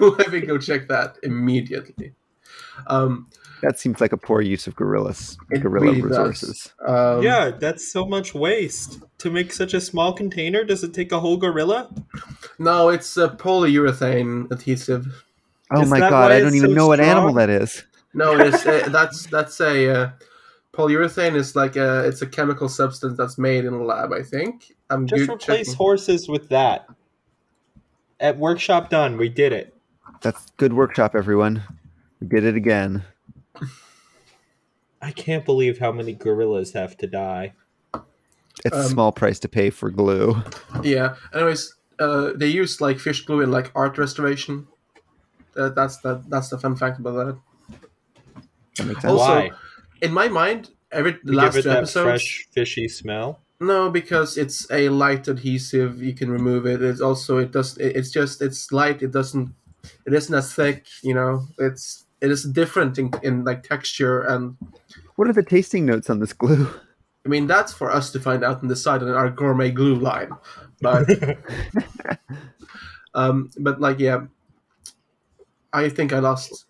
[SPEAKER 2] let me go check that immediately. Um,
[SPEAKER 3] That seems like a poor use of gorillas,
[SPEAKER 2] It
[SPEAKER 3] gorilla
[SPEAKER 2] really does.
[SPEAKER 3] resources.
[SPEAKER 2] um,
[SPEAKER 1] yeah, that's so much waste. To make such a small container, does it take a whole gorilla?
[SPEAKER 2] No, it's a polyurethane adhesive.
[SPEAKER 3] Oh
[SPEAKER 1] Is
[SPEAKER 3] my
[SPEAKER 1] that
[SPEAKER 3] god,
[SPEAKER 1] why
[SPEAKER 3] I don't
[SPEAKER 1] it's
[SPEAKER 3] even
[SPEAKER 1] so
[SPEAKER 3] know what animal
[SPEAKER 1] strong?
[SPEAKER 3] that is.
[SPEAKER 2] No,
[SPEAKER 1] [laughs]
[SPEAKER 2] it's a, that's that's a uh, polyurethane is like a it's a chemical substance that's made in a lab. I think. I'm
[SPEAKER 1] Just
[SPEAKER 2] good
[SPEAKER 1] replace
[SPEAKER 2] checking.
[SPEAKER 1] horses with that. At workshop done, we did it.
[SPEAKER 3] That's good workshop, everyone. We did it again.
[SPEAKER 1] I can't believe how many gorillas have to die.
[SPEAKER 3] It's a
[SPEAKER 2] Um,
[SPEAKER 3] small price to pay for glue.
[SPEAKER 2] Yeah. Anyways, uh, they use like fish glue in like art restoration. Uh, that's that. That's the fun fact about that.
[SPEAKER 3] That makes sense.
[SPEAKER 2] Also-
[SPEAKER 1] Why?
[SPEAKER 2] in my mind, every the
[SPEAKER 1] To
[SPEAKER 2] last
[SPEAKER 1] give it
[SPEAKER 2] two
[SPEAKER 1] that
[SPEAKER 2] episodes.
[SPEAKER 1] fresh fishy smell.
[SPEAKER 2] No, because it's a light adhesive. You can remove it. It's also it does. it- It's just it's light. It doesn't. It isn't as thick. You know. It's it is different in, in like texture and.
[SPEAKER 3] What are the tasting notes on this glue? [laughs]
[SPEAKER 2] I mean that's for us to find out and decide on our gourmet glue line, but um, but like yeah, I think I lost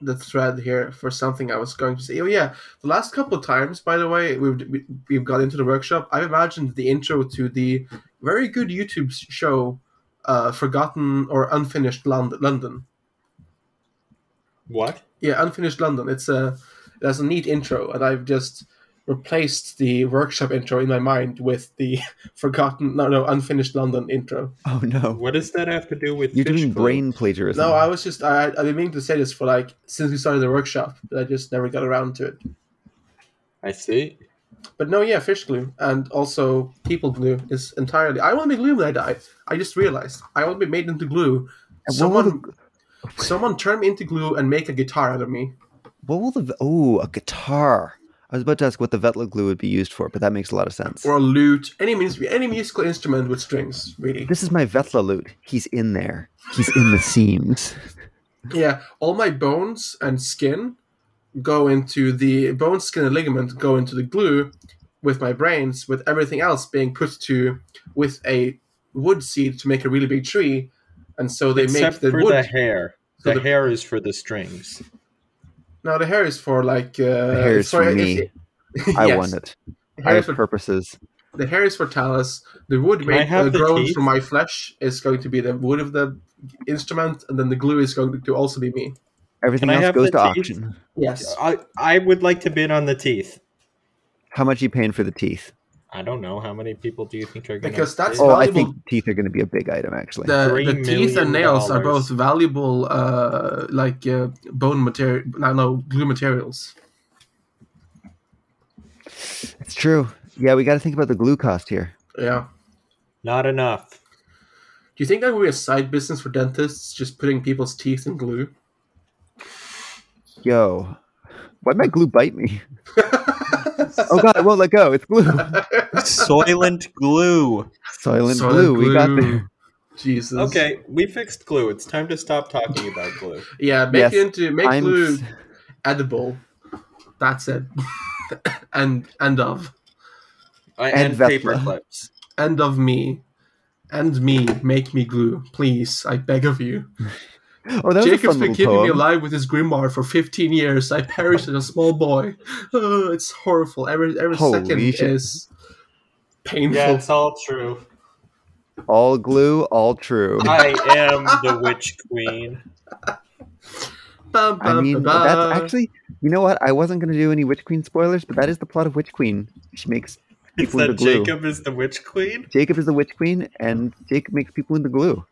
[SPEAKER 2] the thread here for something I was going to say. Oh yeah, the last couple of times, by the way, we've we- we've got into the workshop. I've imagined the intro to the very good YouTube s- show, uh, "Forgotten or Unfinished Lond- London."
[SPEAKER 1] What?
[SPEAKER 2] Yeah, Unfinished London. It's a it has a neat intro, and I've just replaced the workshop intro in my mind with the [laughs] forgotten no no unfinished London intro.
[SPEAKER 3] Oh no.
[SPEAKER 1] What does that have to do with
[SPEAKER 3] You're
[SPEAKER 1] fish
[SPEAKER 3] doing
[SPEAKER 1] glue?
[SPEAKER 3] brain plagiarism.
[SPEAKER 2] No, I was just I I've been meaning to say this for like since we started the workshop, but I just never got around to it.
[SPEAKER 1] I see.
[SPEAKER 2] But no, yeah, fish glue and also people glue is entirely. I want to be glue when I die. I just realized I want to be made into glue.
[SPEAKER 3] And what will,
[SPEAKER 2] Someone,
[SPEAKER 3] the,
[SPEAKER 2] [laughs] someone turn me into glue and make a guitar out of me.
[SPEAKER 3] what will the oh a guitar? I was about to ask what the vetla glue would be used for, but that makes a lot of sense.
[SPEAKER 2] or a lute, any mus- any musical instrument with strings, really.
[SPEAKER 3] This is my vetla lute. He's in there. He's in the seams.
[SPEAKER 2] Yeah, all my bones and skin go into the bone, skin, and ligament go into the glue, with my brains, with everything else being put to with a wood seed to make a really big tree, and so they
[SPEAKER 1] Except
[SPEAKER 2] make the
[SPEAKER 1] for
[SPEAKER 2] wood.
[SPEAKER 1] the hair.
[SPEAKER 2] So
[SPEAKER 1] The,
[SPEAKER 2] the-
[SPEAKER 1] hair is for the strings.
[SPEAKER 2] no, the hair is for like uh,
[SPEAKER 3] The hair is
[SPEAKER 2] sorry,
[SPEAKER 3] for
[SPEAKER 2] it's- [laughs]
[SPEAKER 3] me. I
[SPEAKER 2] yes,
[SPEAKER 3] want it. I
[SPEAKER 2] The hair,
[SPEAKER 3] have
[SPEAKER 2] is for,
[SPEAKER 3] purposes.
[SPEAKER 2] the hair is for talus. The wood
[SPEAKER 1] Can I
[SPEAKER 2] made
[SPEAKER 1] have
[SPEAKER 2] uh,
[SPEAKER 1] the
[SPEAKER 2] grown
[SPEAKER 1] teeth?
[SPEAKER 2] from my flesh is going to be the wood of the instrument, and then the glue is going to also be me.
[SPEAKER 3] Everything
[SPEAKER 1] I
[SPEAKER 3] else
[SPEAKER 1] have
[SPEAKER 3] goes
[SPEAKER 1] the
[SPEAKER 3] to
[SPEAKER 1] teeth?
[SPEAKER 3] auction.
[SPEAKER 2] Yes.
[SPEAKER 1] I, I would like to bid on the teeth.
[SPEAKER 3] How much are you paying for the teeth?
[SPEAKER 1] I don't know. How many people do you think are going
[SPEAKER 2] Because that's
[SPEAKER 3] Oh, I
[SPEAKER 2] valuable-
[SPEAKER 3] think teeth are going to be a big item, actually.
[SPEAKER 2] The,
[SPEAKER 1] Three
[SPEAKER 2] the teeth
[SPEAKER 1] million
[SPEAKER 2] and nails are
[SPEAKER 1] dollars.
[SPEAKER 2] both valuable, uh, like uh, bone material. No, no, glue materials.
[SPEAKER 3] It's true. Yeah, we got to think about the glue cost here.
[SPEAKER 2] Yeah.
[SPEAKER 1] Not enough.
[SPEAKER 2] Do you think that would be a side business for dentists, just putting people's teeth in glue?
[SPEAKER 3] Yo, why'd my glue bite me?
[SPEAKER 2] [laughs]
[SPEAKER 3] Oh god, it won't let go. It's glue.
[SPEAKER 1] Soylent glue.
[SPEAKER 3] Silent,
[SPEAKER 2] Soylent
[SPEAKER 3] glue. We got
[SPEAKER 2] Blue.
[SPEAKER 3] there.
[SPEAKER 2] Jesus.
[SPEAKER 1] Okay, we fixed glue. It's time to stop talking about glue.
[SPEAKER 2] Yeah, make
[SPEAKER 3] Yes,
[SPEAKER 2] it into make
[SPEAKER 3] I'm
[SPEAKER 2] glue edible. That's it. [laughs] end end of
[SPEAKER 1] I, and
[SPEAKER 3] Vetla.
[SPEAKER 1] paper clips.
[SPEAKER 2] end of me. End me, make me glue, please. I beg of you.
[SPEAKER 3] Oh, that was a
[SPEAKER 2] Jacob's
[SPEAKER 3] fun
[SPEAKER 2] been
[SPEAKER 3] little
[SPEAKER 2] keeping me
[SPEAKER 3] poem.
[SPEAKER 2] alive with his grimoire for 15 years. I perished as a small boy. Oh, it's horrible. Every every
[SPEAKER 3] Holy
[SPEAKER 2] second
[SPEAKER 3] shit.
[SPEAKER 2] is painful.
[SPEAKER 1] Yeah, it's all true.
[SPEAKER 3] all glue, all true.
[SPEAKER 1] I am the witch queen.
[SPEAKER 2] Bum,
[SPEAKER 3] I
[SPEAKER 2] bum,
[SPEAKER 3] mean,
[SPEAKER 2] ba, ba.
[SPEAKER 3] that's actually, you know what? I wasn't going to do any Witch Queen spoilers, but that is the plot of Witch Queen. She makes
[SPEAKER 1] It's
[SPEAKER 3] people into
[SPEAKER 1] that
[SPEAKER 3] glue.
[SPEAKER 1] Jacob is the witch queen.
[SPEAKER 3] Jacob is the Witch Queen, and Jacob makes people into glue.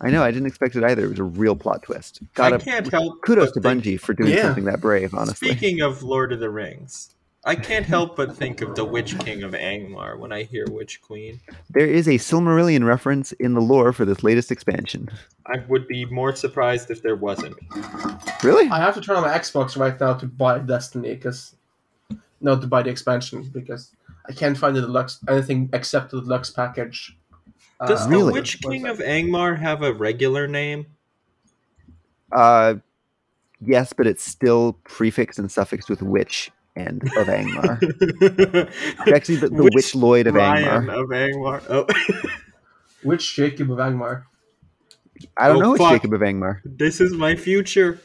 [SPEAKER 3] I know, I didn't expect it either. It was a real plot twist. Got
[SPEAKER 1] I
[SPEAKER 3] to
[SPEAKER 1] can't help.
[SPEAKER 3] kudos
[SPEAKER 1] but
[SPEAKER 3] to
[SPEAKER 1] think-
[SPEAKER 3] Bungie for doing
[SPEAKER 2] Yeah.
[SPEAKER 3] something that brave, honestly.
[SPEAKER 1] Speaking of Lord of the Rings, I can't help but think of the Witch King of Angmar when I hear Witch Queen.
[SPEAKER 3] There is a Silmarillion reference in the lore for this latest expansion.
[SPEAKER 1] I would be more surprised if there wasn't.
[SPEAKER 3] Really?
[SPEAKER 2] I have to turn on my Xbox right now to buy Destiny because not to buy the expansion because I can't find the deluxe anything except the deluxe package.
[SPEAKER 1] Does
[SPEAKER 3] Uh, really?
[SPEAKER 1] the Witch King of Angmar have a
[SPEAKER 3] [laughs]
[SPEAKER 1] regular name? [laughs]
[SPEAKER 3] Uh, yes, but it's still prefixed and suffixed with witch and of
[SPEAKER 1] [laughs]
[SPEAKER 3] Angmar. It's actually the, the
[SPEAKER 1] Witch
[SPEAKER 3] witch Lloyd of
[SPEAKER 1] Ryan
[SPEAKER 3] Angmar.
[SPEAKER 1] of Angmar. Oh, [laughs]
[SPEAKER 2] which Jacob of Angmar?
[SPEAKER 3] I don't
[SPEAKER 1] Oh,
[SPEAKER 3] know it's
[SPEAKER 1] fuck.
[SPEAKER 3] Jacob of Angmar.
[SPEAKER 1] this is my future.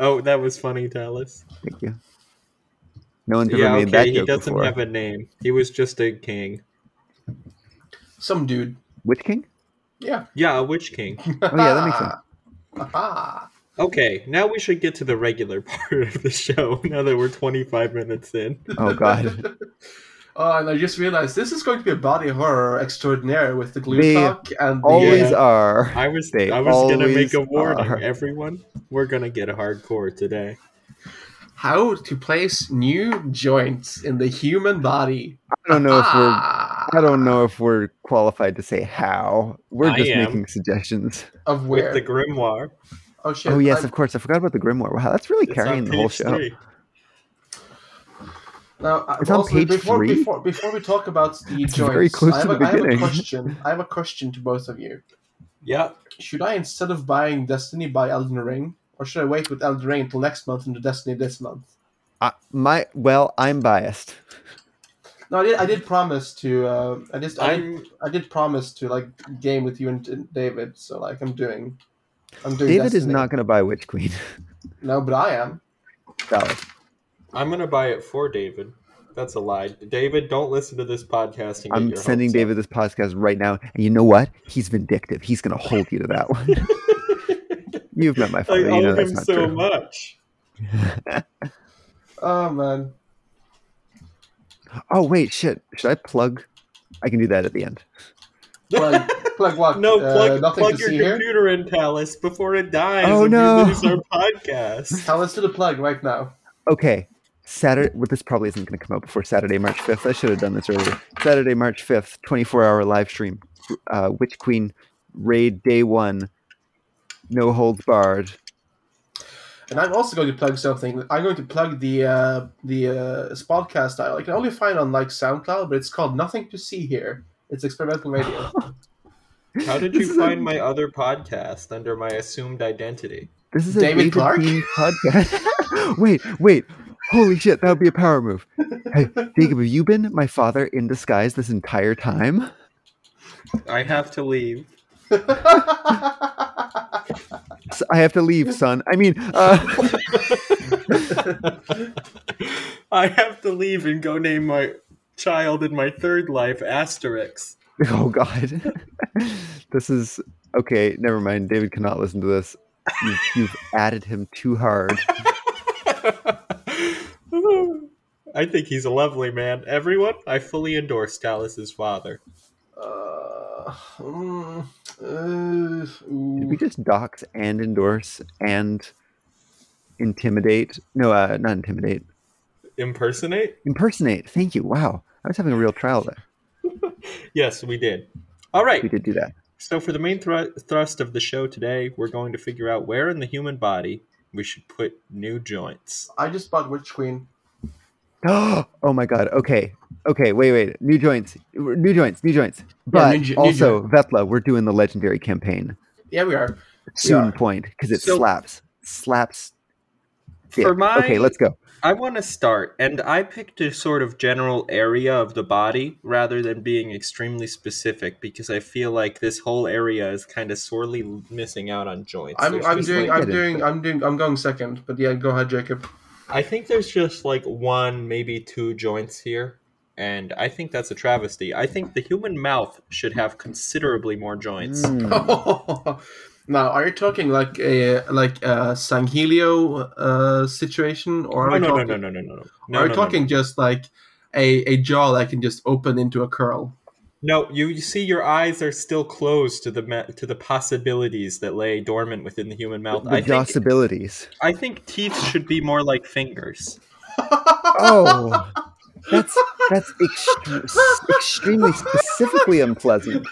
[SPEAKER 1] Oh, that was funny, Dallas.
[SPEAKER 3] Thank you. No one's ever
[SPEAKER 1] Yeah,
[SPEAKER 3] made that
[SPEAKER 1] okay, he
[SPEAKER 3] joke
[SPEAKER 1] doesn't
[SPEAKER 3] before.
[SPEAKER 1] have a name. He was just a king.
[SPEAKER 2] Some dude.
[SPEAKER 3] Witch King?
[SPEAKER 2] Yeah. Ah,
[SPEAKER 1] Yeah, a
[SPEAKER 3] [laughs]
[SPEAKER 1] witch king.
[SPEAKER 3] Oh yeah, that
[SPEAKER 2] [laughs]
[SPEAKER 3] makes sense.
[SPEAKER 2] Aha.
[SPEAKER 1] Okay, now we should get to the regular [laughs] part of the show. Now that we're 25 minutes in, [laughs]
[SPEAKER 3] Oh
[SPEAKER 2] [laughs]
[SPEAKER 3] god.
[SPEAKER 2] Oh, and I just realized this is going to be a body horror extraordinaire with the glue
[SPEAKER 3] They
[SPEAKER 2] talk and the
[SPEAKER 3] Always
[SPEAKER 1] Yeah.
[SPEAKER 3] are.
[SPEAKER 1] I was
[SPEAKER 3] They
[SPEAKER 1] I was gonna make a
[SPEAKER 3] always
[SPEAKER 1] warning,
[SPEAKER 3] are.
[SPEAKER 1] everyone. We're gonna get hardcore today.
[SPEAKER 2] how to place new joints in the human body.
[SPEAKER 3] I don't know if we're
[SPEAKER 2] Ah.
[SPEAKER 3] I don't know if we're qualified to say how. We're
[SPEAKER 1] I
[SPEAKER 3] just
[SPEAKER 1] am.
[SPEAKER 3] making suggestions.
[SPEAKER 2] of
[SPEAKER 1] With
[SPEAKER 2] where.
[SPEAKER 1] the grimoire,
[SPEAKER 2] oh shit!
[SPEAKER 3] Oh yes,
[SPEAKER 2] I-
[SPEAKER 3] of course. I forgot about the Grimoire. Wow, that's really
[SPEAKER 1] it's
[SPEAKER 3] carrying
[SPEAKER 1] on
[SPEAKER 3] the whole
[SPEAKER 1] page
[SPEAKER 3] show.
[SPEAKER 1] three.
[SPEAKER 2] Now, I-
[SPEAKER 3] It's on
[SPEAKER 2] also,
[SPEAKER 3] page
[SPEAKER 2] before,
[SPEAKER 3] three?
[SPEAKER 2] Before, before we talk about the
[SPEAKER 3] It's
[SPEAKER 2] joints,
[SPEAKER 3] very close
[SPEAKER 2] I, have
[SPEAKER 3] to the
[SPEAKER 2] a, I have a
[SPEAKER 3] beginning.
[SPEAKER 2] question. I have a question to both of you.
[SPEAKER 1] Yeah,
[SPEAKER 2] Should I, instead of buying Destiny, buy Elden Ring, or should I wait with Elden Ring until next month and do Destiny this month?
[SPEAKER 3] I, my well, I'm biased.
[SPEAKER 2] No, I did. I did promise to. Uh, I just. I did,
[SPEAKER 1] I'm.
[SPEAKER 2] I did promise to like game with you and, and David. So like, I'm doing. I'm doing.
[SPEAKER 3] David is
[SPEAKER 2] Destiny.
[SPEAKER 3] not going to buy Witch
[SPEAKER 1] [laughs]
[SPEAKER 3] Queen.
[SPEAKER 2] No, but I am.
[SPEAKER 3] Valid.
[SPEAKER 1] I'm gonna buy it for David. That's a lie. David, don't listen to this podcast. And get
[SPEAKER 3] I'm
[SPEAKER 1] your
[SPEAKER 3] sending
[SPEAKER 1] hopes up.
[SPEAKER 3] David this podcast right now, and you know what? He's vindictive. He's going to hold you to that one.
[SPEAKER 1] [laughs]
[SPEAKER 3] You've met my
[SPEAKER 1] I
[SPEAKER 3] father. you
[SPEAKER 1] owe
[SPEAKER 3] know that's
[SPEAKER 1] him
[SPEAKER 3] not
[SPEAKER 1] so
[SPEAKER 3] true.
[SPEAKER 1] much.
[SPEAKER 2] Oh man.
[SPEAKER 3] Oh wait, shit. Should I plug? I can do that at the end.
[SPEAKER 1] [laughs]
[SPEAKER 2] Plug, plug what?
[SPEAKER 1] No,
[SPEAKER 2] Uh,
[SPEAKER 1] plug,
[SPEAKER 2] nothing
[SPEAKER 1] plug
[SPEAKER 2] to
[SPEAKER 1] your
[SPEAKER 2] see here.
[SPEAKER 1] computer in, Talus, before it dies
[SPEAKER 3] Oh,
[SPEAKER 1] and
[SPEAKER 3] no.
[SPEAKER 1] we lose our
[SPEAKER 3] [laughs]
[SPEAKER 1] podcast.
[SPEAKER 2] Now let's do the plug right now.
[SPEAKER 3] Okay. Saturday. Well, this probably isn't going to come out before Saturday, March 5th. I should have done this earlier. Saturday, March 5th, 24-hour live stream. Uh, Witch Queen raid day one. No holds barred.
[SPEAKER 2] And I'm also going to plug something. I'm going to plug the uh, the uh, podcast I I can only find on like SoundCloud, but it's called Nothing to See Here. It's
[SPEAKER 3] [laughs]
[SPEAKER 2] experimental radio. [laughs]
[SPEAKER 1] How did
[SPEAKER 3] This
[SPEAKER 1] you
[SPEAKER 3] is a-
[SPEAKER 1] find my other podcast under my assumed identity?
[SPEAKER 3] This is a
[SPEAKER 2] David
[SPEAKER 3] David,
[SPEAKER 2] Clark?
[SPEAKER 3] Keane podcast. [laughs] wait, wait. Holy shit, that would be a power move. Hey, Jacob, have you been my father in disguise this entire time?
[SPEAKER 1] I have to leave.
[SPEAKER 3] [laughs] S- I have to leave, son. I mean, uh,
[SPEAKER 1] I have to leave and go name my child in my third life Asterix. [laughs]
[SPEAKER 3] [laughs] oh god. this is okay, never mind. David cannot listen to this. You've, you've added him too hard.
[SPEAKER 1] I think he's a lovely man. Everyone, I fully endorse Talus's father.
[SPEAKER 2] uh, mm, uh,
[SPEAKER 3] Did we
[SPEAKER 2] ooh.
[SPEAKER 3] just dox and endorse and intimidate? No, uh, not intimidate.
[SPEAKER 1] Impersonate?
[SPEAKER 3] Impersonate. Thank you. Wow. I was having a real trial there.
[SPEAKER 1] Yes, we did. All right.
[SPEAKER 3] We did do that. [gasps]
[SPEAKER 1] So, for the main thru- thrust of the show today, we're going to figure out where in the human body we should put new joints.
[SPEAKER 2] I just bought Witch Queen.
[SPEAKER 3] oh my god. Okay. Okay. Wait. Wait. New joints. New joints. New joints. But
[SPEAKER 2] new jo- new
[SPEAKER 3] also Vetla, we're doing the legendary campaign
[SPEAKER 2] Yeah, we are.
[SPEAKER 3] soon.
[SPEAKER 2] Yeah.
[SPEAKER 3] Point because it
[SPEAKER 1] So-
[SPEAKER 3] slaps. Slaps. dick.
[SPEAKER 1] For my-
[SPEAKER 3] okay, let's go.
[SPEAKER 1] I want to start, and I picked a sort of general area of the body rather than being extremely specific because I feel like this whole area is kind of sorely missing out on joints.
[SPEAKER 2] I'm,
[SPEAKER 1] There's
[SPEAKER 2] I'm
[SPEAKER 1] just,
[SPEAKER 2] doing,
[SPEAKER 1] like-
[SPEAKER 2] I'm doing, I'm doing, I'm going second. But yeah, go ahead, Jacob.
[SPEAKER 1] I think there's just like one, maybe two joints here, and I think that's a travesty. I think the human mouth should have considerably more joints.
[SPEAKER 3] Mm.
[SPEAKER 2] [laughs] now, are you talking like a like a Sanghelio uh, situation, or are
[SPEAKER 1] No,
[SPEAKER 2] we
[SPEAKER 1] no, no,
[SPEAKER 2] talking,
[SPEAKER 1] no, no, no, no, no.
[SPEAKER 2] are
[SPEAKER 1] No,
[SPEAKER 2] we
[SPEAKER 1] no,
[SPEAKER 2] talking
[SPEAKER 1] no,
[SPEAKER 2] just like a, a jaw that can just open into a
[SPEAKER 1] [laughs] no.
[SPEAKER 2] curl?
[SPEAKER 1] No, you, you see, your eyes are still closed to the ma- to the possibilities that lay dormant within the human mouth.
[SPEAKER 3] The
[SPEAKER 1] I think
[SPEAKER 3] possibilities.
[SPEAKER 1] I think teeth should be more like fingers. [laughs]
[SPEAKER 3] Oh, [laughs] that's that's extre- s- extremely specifically unpleasant.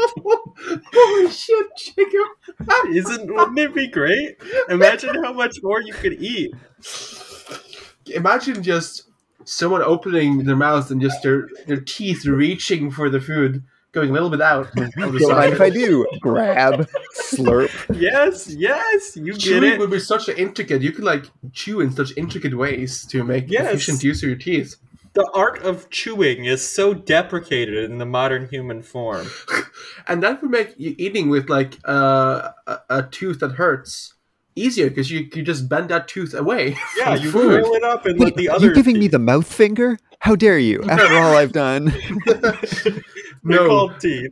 [SPEAKER 2] Holy shit, Jacob!
[SPEAKER 1] Isn't wouldn't it be great? Imagine how much more you could eat.
[SPEAKER 2] Imagine just someone opening their mouth and just their their teeth reaching for the food, going a little bit
[SPEAKER 3] [laughs]
[SPEAKER 2] out. of the
[SPEAKER 3] Don't mind if I
[SPEAKER 2] side.
[SPEAKER 3] do. Grab, slurp.
[SPEAKER 1] [laughs] Yes, yes, you get
[SPEAKER 2] Chewing
[SPEAKER 1] it.
[SPEAKER 2] would be such an intricate. You could like chew in such intricate ways to make
[SPEAKER 1] Yes.
[SPEAKER 2] efficient use of your teeth.
[SPEAKER 1] The art of chewing is so deprecated in the modern human form.
[SPEAKER 2] and that would make you eating with like uh, a, a tooth that hurts easier because you you just bend that tooth away. [laughs]
[SPEAKER 1] Yeah,
[SPEAKER 2] from
[SPEAKER 1] you
[SPEAKER 2] food.
[SPEAKER 1] roll it up and let
[SPEAKER 3] Wait,
[SPEAKER 1] the
[SPEAKER 3] you
[SPEAKER 1] other.
[SPEAKER 3] giving me the mouth finger? How dare
[SPEAKER 2] [laughs]
[SPEAKER 3] you? After all I've done,
[SPEAKER 1] They're
[SPEAKER 2] No.
[SPEAKER 1] called teeth.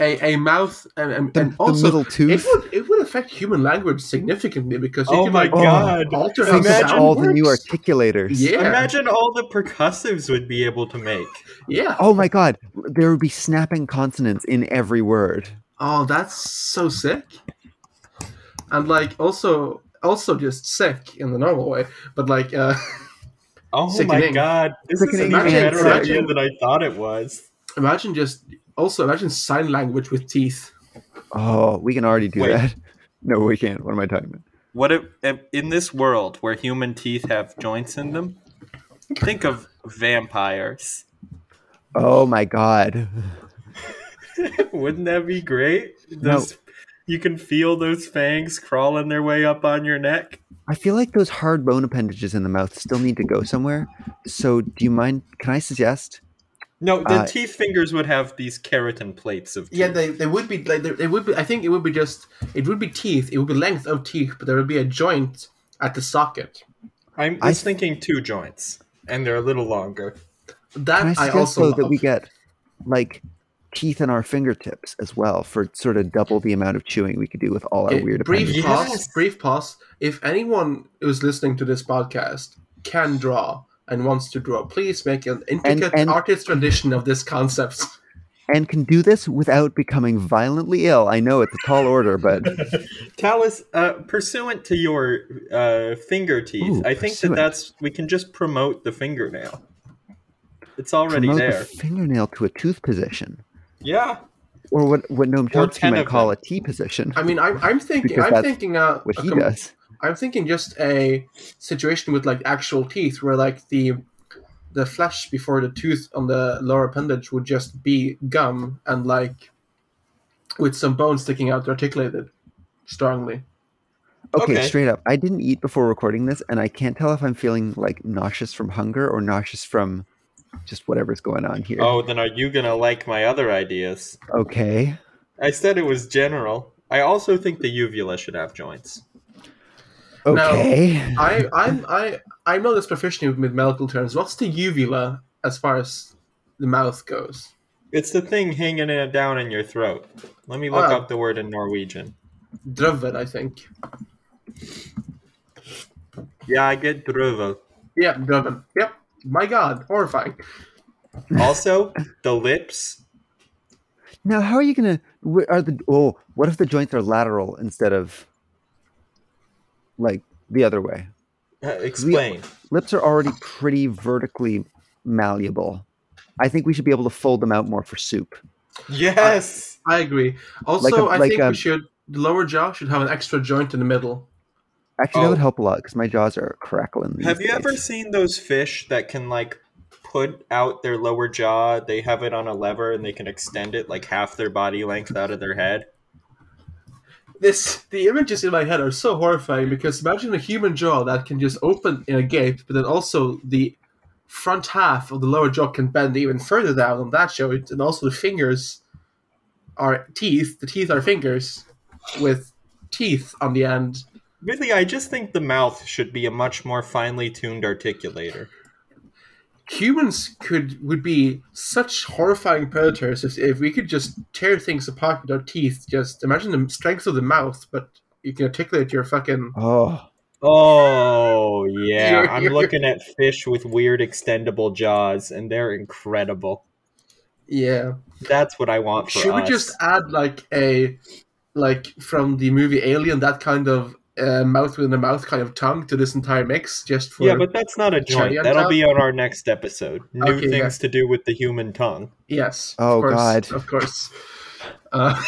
[SPEAKER 2] a, a mouth and, and,
[SPEAKER 3] the,
[SPEAKER 2] and
[SPEAKER 3] the
[SPEAKER 2] also
[SPEAKER 3] middle
[SPEAKER 2] it
[SPEAKER 3] tooth. [laughs]
[SPEAKER 2] would it would affect human language significantly because you
[SPEAKER 1] Oh
[SPEAKER 2] can
[SPEAKER 1] my
[SPEAKER 2] like
[SPEAKER 1] god!
[SPEAKER 2] alter how
[SPEAKER 3] Think
[SPEAKER 1] Imagine-
[SPEAKER 3] of
[SPEAKER 2] sound
[SPEAKER 3] all
[SPEAKER 2] works.
[SPEAKER 3] the new articulators.
[SPEAKER 2] yeah,
[SPEAKER 1] Imagine all the percussives would be able to make.
[SPEAKER 2] yeah. Oh.
[SPEAKER 3] Oh my god, there would be snapping consonants in every word.
[SPEAKER 2] Oh, that's so sick. And like also also just sick in the normal way, but like uh,
[SPEAKER 1] Oh my
[SPEAKER 2] Sickening.
[SPEAKER 1] god! This is a
[SPEAKER 3] Sickening
[SPEAKER 1] much
[SPEAKER 2] and
[SPEAKER 1] better
[SPEAKER 2] sick.
[SPEAKER 1] idea than I thought it was.
[SPEAKER 2] imagine just also imagine sign language with teeth.
[SPEAKER 3] Oh, we can already do
[SPEAKER 1] Wait.
[SPEAKER 3] that. No, we can't. What am I talking about?
[SPEAKER 1] What if, if- in this world where human teeth have joints in them? Think of vampires.
[SPEAKER 3] Oh my god.
[SPEAKER 1] [laughs] Wouldn't that be great?
[SPEAKER 3] No.
[SPEAKER 1] Those, You can feel those fangs crawling their way up on your neck.
[SPEAKER 3] I feel like those hard bone appendages in the mouth still need to go somewhere. So, do you mind? Can I suggest?
[SPEAKER 1] No, the
[SPEAKER 3] Uh,
[SPEAKER 1] teeth fingers would have these keratin plates of teeth.
[SPEAKER 2] Yeah, they, they would be like they, they would be. I think it would be just it would be teeth. It would be length of teeth, but there would be a joint at the socket.
[SPEAKER 1] I'm
[SPEAKER 3] I-
[SPEAKER 1] just thinking two joints, and they're a little longer.
[SPEAKER 2] That
[SPEAKER 3] Can I
[SPEAKER 2] I,
[SPEAKER 3] suggest
[SPEAKER 2] also
[SPEAKER 3] though that
[SPEAKER 2] love.
[SPEAKER 3] we get like teeth in our fingertips as well for sort of double the amount of chewing we could do with all our
[SPEAKER 2] Okay,
[SPEAKER 3] weird
[SPEAKER 2] brief
[SPEAKER 3] appendages.
[SPEAKER 2] pause.
[SPEAKER 1] Yes.
[SPEAKER 2] Brief pause. If anyone who's listening to this podcast can draw and wants to draw, please make an intricate
[SPEAKER 3] and-
[SPEAKER 2] artist rendition of this concept.
[SPEAKER 3] and can do this without becoming violently ill. I know it's a tall order, but
[SPEAKER 1] Callus, uh, pursuant to your uh, finger teeth,
[SPEAKER 3] Ooh,
[SPEAKER 1] I think
[SPEAKER 3] pursuant.
[SPEAKER 1] that that's we can just promote the fingernail. It's already
[SPEAKER 3] promote
[SPEAKER 1] there.
[SPEAKER 3] the fingernail to a tooth position,
[SPEAKER 1] yeah.
[SPEAKER 3] or what what Noam Chomsky
[SPEAKER 1] 10
[SPEAKER 3] might
[SPEAKER 1] of
[SPEAKER 3] call
[SPEAKER 1] them.
[SPEAKER 3] a T position,
[SPEAKER 2] I mean, I'm, I'm thinking.
[SPEAKER 3] Because
[SPEAKER 2] I'm
[SPEAKER 3] that's
[SPEAKER 2] thinking. Uh,
[SPEAKER 3] what
[SPEAKER 2] a
[SPEAKER 3] he
[SPEAKER 2] com-
[SPEAKER 3] does.
[SPEAKER 2] I'm thinking just a situation with like actual teeth, where like the the flesh before the tooth on the lower appendage would just be gum and like with some bone sticking out, articulated strongly.
[SPEAKER 3] Okay,
[SPEAKER 1] Okay.
[SPEAKER 3] straight up. I didn't eat before recording this, and I can't tell if I'm feeling like nauseous from hunger or nauseous from just whatever's going on here.
[SPEAKER 1] Oh, then are you gonna like my other ideas?
[SPEAKER 3] Okay.
[SPEAKER 1] I said it was general. I also think the uvula should have joints.
[SPEAKER 2] Now-
[SPEAKER 3] Okay.
[SPEAKER 1] Uh,
[SPEAKER 2] I I'm I I'm not as proficient with medical terms. What's the uvula as far as the mouth goes?
[SPEAKER 1] It's the thing hanging in, down in your throat. Let me
[SPEAKER 3] Ah.
[SPEAKER 1] look
[SPEAKER 2] Oh.
[SPEAKER 1] up the word in Norwegian.
[SPEAKER 2] Druven, I think.
[SPEAKER 1] Yeah, I get druvel.
[SPEAKER 2] Yeah, druven. Yep. My God, horrifying.
[SPEAKER 1] Also, the lips.
[SPEAKER 3] Now, how are you gonna? wh- Are the oh? What if the joints are lateral instead of like the other way?
[SPEAKER 1] Uh, explain.
[SPEAKER 3] Lips are already pretty vertically malleable. I think we should be able to fold them out more for soup.
[SPEAKER 1] Yes.
[SPEAKER 2] I agree.
[SPEAKER 3] Like
[SPEAKER 2] Also,
[SPEAKER 3] a-
[SPEAKER 2] I
[SPEAKER 3] like
[SPEAKER 2] think
[SPEAKER 3] a-
[SPEAKER 2] we should the lower jaw should have an extra joint in the middle.
[SPEAKER 3] Actually, that would
[SPEAKER 1] Oh.
[SPEAKER 3] help a lot because my jaws are crackling. these
[SPEAKER 1] Have you ever
[SPEAKER 3] days.
[SPEAKER 1] seen those fish that can like put out their lower jaw? They have it on a lever and they can extend it like half their body length out of their head.
[SPEAKER 2] This the images in my head are so horrifying because imagine a human jaw that can just open in a gape, but then also the front half of the lower jaw can bend even further down on that joint, and also the fingers are teeth. The teeth are fingers with teeth on the end.
[SPEAKER 1] Really, I just think the mouth should be a much more finely tuned articulator.
[SPEAKER 2] Humans could would be such horrifying predators if, if we could just tear things apart with our teeth. Just imagine the strength of the mouth, but you can articulate your fucking
[SPEAKER 3] Oh,
[SPEAKER 1] Oh,
[SPEAKER 2] [laughs]
[SPEAKER 1] yeah.
[SPEAKER 2] You're-
[SPEAKER 1] I'm
[SPEAKER 2] you're-
[SPEAKER 1] looking at fish with weird extendable jaws, and they're incredible.
[SPEAKER 2] yeah.
[SPEAKER 1] That's what I want for
[SPEAKER 2] Should we
[SPEAKER 1] us.
[SPEAKER 2] just add like a like from the movie Alien that kind of uh, mouth within a mouth kind of tongue to this entire mix just for
[SPEAKER 1] yeah, but that's not a
[SPEAKER 2] Giant
[SPEAKER 1] joint. That'll
[SPEAKER 2] mouth?
[SPEAKER 1] be on our next episode. New
[SPEAKER 2] Okay, yeah.
[SPEAKER 1] things to do with the human tongue.
[SPEAKER 2] yes of
[SPEAKER 3] Oh,
[SPEAKER 2] course,
[SPEAKER 3] God.
[SPEAKER 2] of course uh,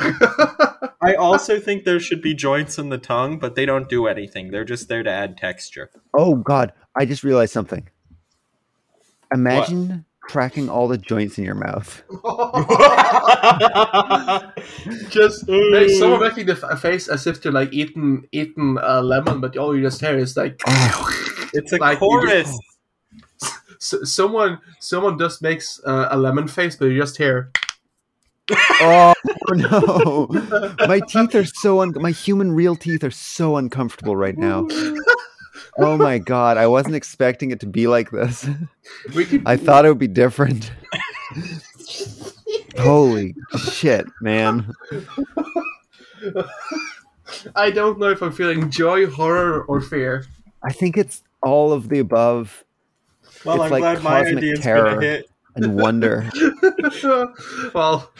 [SPEAKER 2] [laughs]
[SPEAKER 1] I also think there should be joints in the tongue, but they don't do anything. They're just there to add texture.
[SPEAKER 3] oh God! I just realized something. Imagine cracking all the joints in your mouth.
[SPEAKER 2] [laughs] just
[SPEAKER 1] Ooh.
[SPEAKER 2] someone making the f- face as if they're like eating eating a lemon but all you just hear is like
[SPEAKER 1] It's a
[SPEAKER 2] Like you
[SPEAKER 1] chorus.
[SPEAKER 2] [laughs] just- s- someone someone just makes uh, a lemon face but you just hear
[SPEAKER 3] Oh no! My teeth are so un- my human real teeth are so uncomfortable right now. Oh my god! I wasn't expecting it to be like this.
[SPEAKER 2] we could
[SPEAKER 3] I thought it would be different. Holy shit, man!
[SPEAKER 2] I don't know if I'm feeling joy, horror, or fear.
[SPEAKER 3] I think it's all of the above
[SPEAKER 1] well,
[SPEAKER 3] it's
[SPEAKER 1] I'm
[SPEAKER 3] like
[SPEAKER 1] glad my
[SPEAKER 3] cosmic
[SPEAKER 1] idea's
[SPEAKER 3] terror.
[SPEAKER 1] gonna hit.
[SPEAKER 3] and wonder.
[SPEAKER 2] [laughs] well,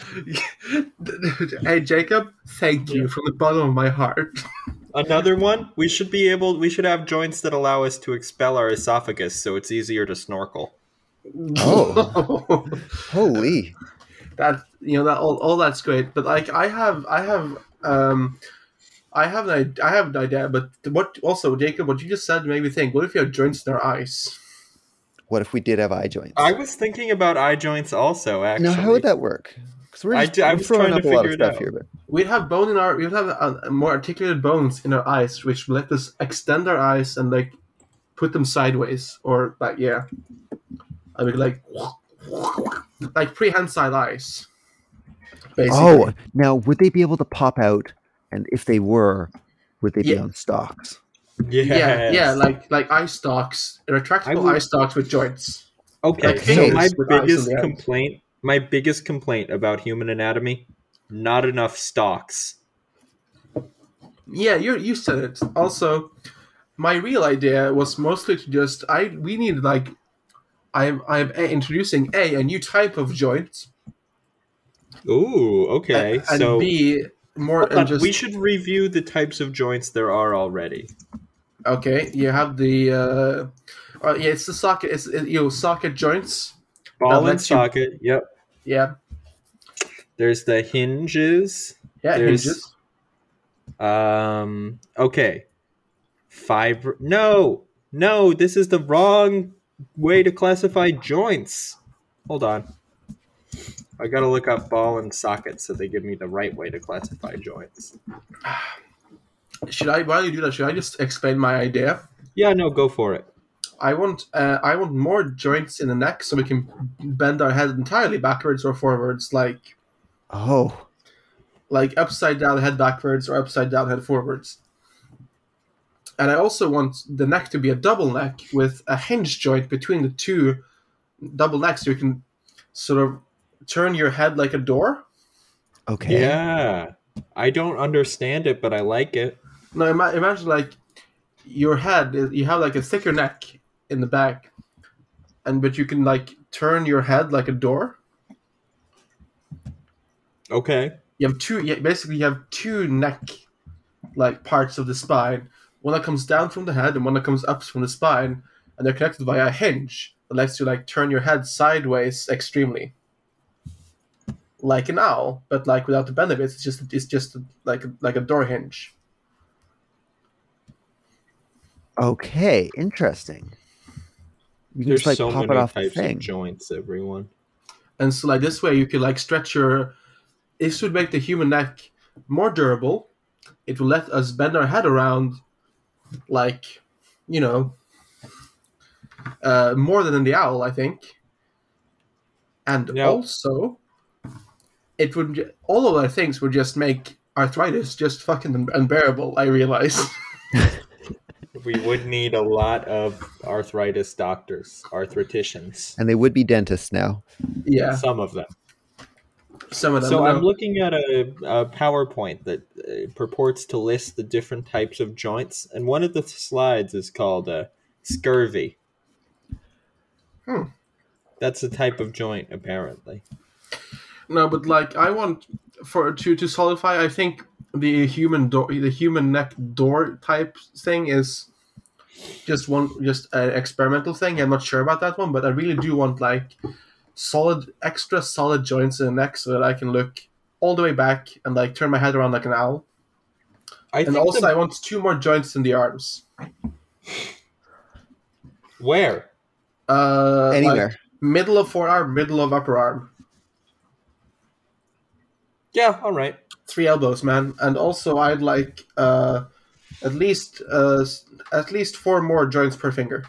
[SPEAKER 2] hey Jacob, thank you from the bottom of my heart.
[SPEAKER 1] Another one. We should be able. We should have joints that allow us to expel our esophagus, so it's easier to snorkel.
[SPEAKER 3] Oh. Holy!
[SPEAKER 2] [laughs] that you know that all, all that's great, but like I have I have um I have an idea, I have an idea, but what also Jacob, what you just said made me think. What if you have joints in our eyes?
[SPEAKER 3] What if we did have eye joints?
[SPEAKER 1] I was thinking about eye joints also. Actually,
[SPEAKER 3] now, how would that work? Because we're,
[SPEAKER 1] I
[SPEAKER 3] just-
[SPEAKER 1] d- I
[SPEAKER 3] we're
[SPEAKER 1] was
[SPEAKER 3] throwing up
[SPEAKER 1] trying to
[SPEAKER 3] a lot of
[SPEAKER 1] figure it
[SPEAKER 3] stuff
[SPEAKER 1] out.
[SPEAKER 3] here, but
[SPEAKER 2] We'd have bone in our we'd have uh more articulated bones in our eyes, which would let us extend our eyes and like put them sideways or like yeah, and we could like like prehensile eyes. Basically.
[SPEAKER 3] oh, now would they be able to pop out? And if they were, would they be
[SPEAKER 2] Yeah.
[SPEAKER 3] on stocks?
[SPEAKER 1] Yes.
[SPEAKER 2] yeah, yeah, like like eye stalks, retractable
[SPEAKER 1] would-
[SPEAKER 2] eye stalks with joints.
[SPEAKER 1] Okay,
[SPEAKER 2] Like
[SPEAKER 1] so
[SPEAKER 3] fingers
[SPEAKER 1] my
[SPEAKER 2] with eyes on
[SPEAKER 1] biggest
[SPEAKER 2] the end.
[SPEAKER 1] complaint, my biggest complaint about human anatomy, not enough stocks.
[SPEAKER 2] Yeah, you you said it. Also, my real idea was mostly to just I we need like I'm I'm a- introducing a a new type of joint
[SPEAKER 1] Ooh, okay.
[SPEAKER 2] and
[SPEAKER 1] so
[SPEAKER 2] B more and
[SPEAKER 1] But
[SPEAKER 2] just
[SPEAKER 1] we should review the types of joints there are already.
[SPEAKER 2] okay. You have the uh, uh yeah, it's the socket. It's it, you know, socket joints. That
[SPEAKER 1] Ball and
[SPEAKER 2] lets you-
[SPEAKER 1] socket. Yep.
[SPEAKER 2] Yeah,
[SPEAKER 1] There's the hinges.
[SPEAKER 2] yeah,
[SPEAKER 1] There's-
[SPEAKER 2] hinges.
[SPEAKER 1] Um. Okay. Fiber. No. No. This is the wrong way to classify joints. Hold on. I gotta look up ball and socket so they give me the right way to classify joints.
[SPEAKER 2] Should I while you do that? Should I just explain my idea?
[SPEAKER 1] Yeah. No. Go for it.
[SPEAKER 2] I want uh, I want more joints in the neck so we can bend our head entirely backwards or forwards, like
[SPEAKER 3] Oh,
[SPEAKER 2] like upside down head backwards or upside down head forwards. And I also want the neck to be a double neck with a hinge joint between the two double necks, so you can sort of turn your head like a door.
[SPEAKER 3] okay.
[SPEAKER 1] Yeah. I don't understand it, but I like it.
[SPEAKER 2] Now ima- imagine like your head, you have like a thicker neck in the back, and but you can like turn your head like a door.
[SPEAKER 1] Okay.
[SPEAKER 2] you have two yeah, basically you have two neck like parts of the spine one that comes down from the head and one that comes up from the spine and they're connected by a hinge that lets you like turn your head sideways extremely like an owl but like without the bend of it it's just it's just like like a door hinge
[SPEAKER 3] Okay, interesting. You can
[SPEAKER 1] There's
[SPEAKER 3] just like
[SPEAKER 1] so
[SPEAKER 3] pop
[SPEAKER 1] many
[SPEAKER 3] it off the
[SPEAKER 1] types
[SPEAKER 3] thing.
[SPEAKER 1] of joints, everyone.
[SPEAKER 2] and so like this way you could like stretch your this would make the human neck more durable it will let us bend our head around, like, you know, uh, more than in the owl, I think. And
[SPEAKER 1] Yeah.
[SPEAKER 2] also, it would ju- all of our things would just make arthritis just fucking un- unbearable. I realize. [laughs]
[SPEAKER 1] We would need a lot of arthritis doctors, arthriticians,
[SPEAKER 3] and they would be dentists now.
[SPEAKER 2] yeah,
[SPEAKER 1] some of them.
[SPEAKER 2] some of them.
[SPEAKER 1] So
[SPEAKER 2] no.
[SPEAKER 1] I'm looking at a, a PowerPoint that uh, purports to list the different types of joints, and one of the slides is called uh, scurvy.
[SPEAKER 2] Hmm.
[SPEAKER 1] That's a type of joint, apparently.
[SPEAKER 2] No, but like I want for to to solidify. I think the human door, the human neck door type thing is just one, just an experimental thing. I'm not sure about that one, but I really do want like solid, extra solid joints in the neck so that I can look all the way back and like turn my head around like an owl.
[SPEAKER 1] I
[SPEAKER 2] and
[SPEAKER 1] think
[SPEAKER 2] also,
[SPEAKER 1] the-
[SPEAKER 2] I want two more joints in the arms.
[SPEAKER 1] where
[SPEAKER 2] Uh, like,
[SPEAKER 3] Anywhere.
[SPEAKER 2] middle of forearm, middle of upper arm,
[SPEAKER 1] Yeah, all right.
[SPEAKER 2] three elbows, man. And also, I'd like uh, at least uh, s- at least four more joints per finger.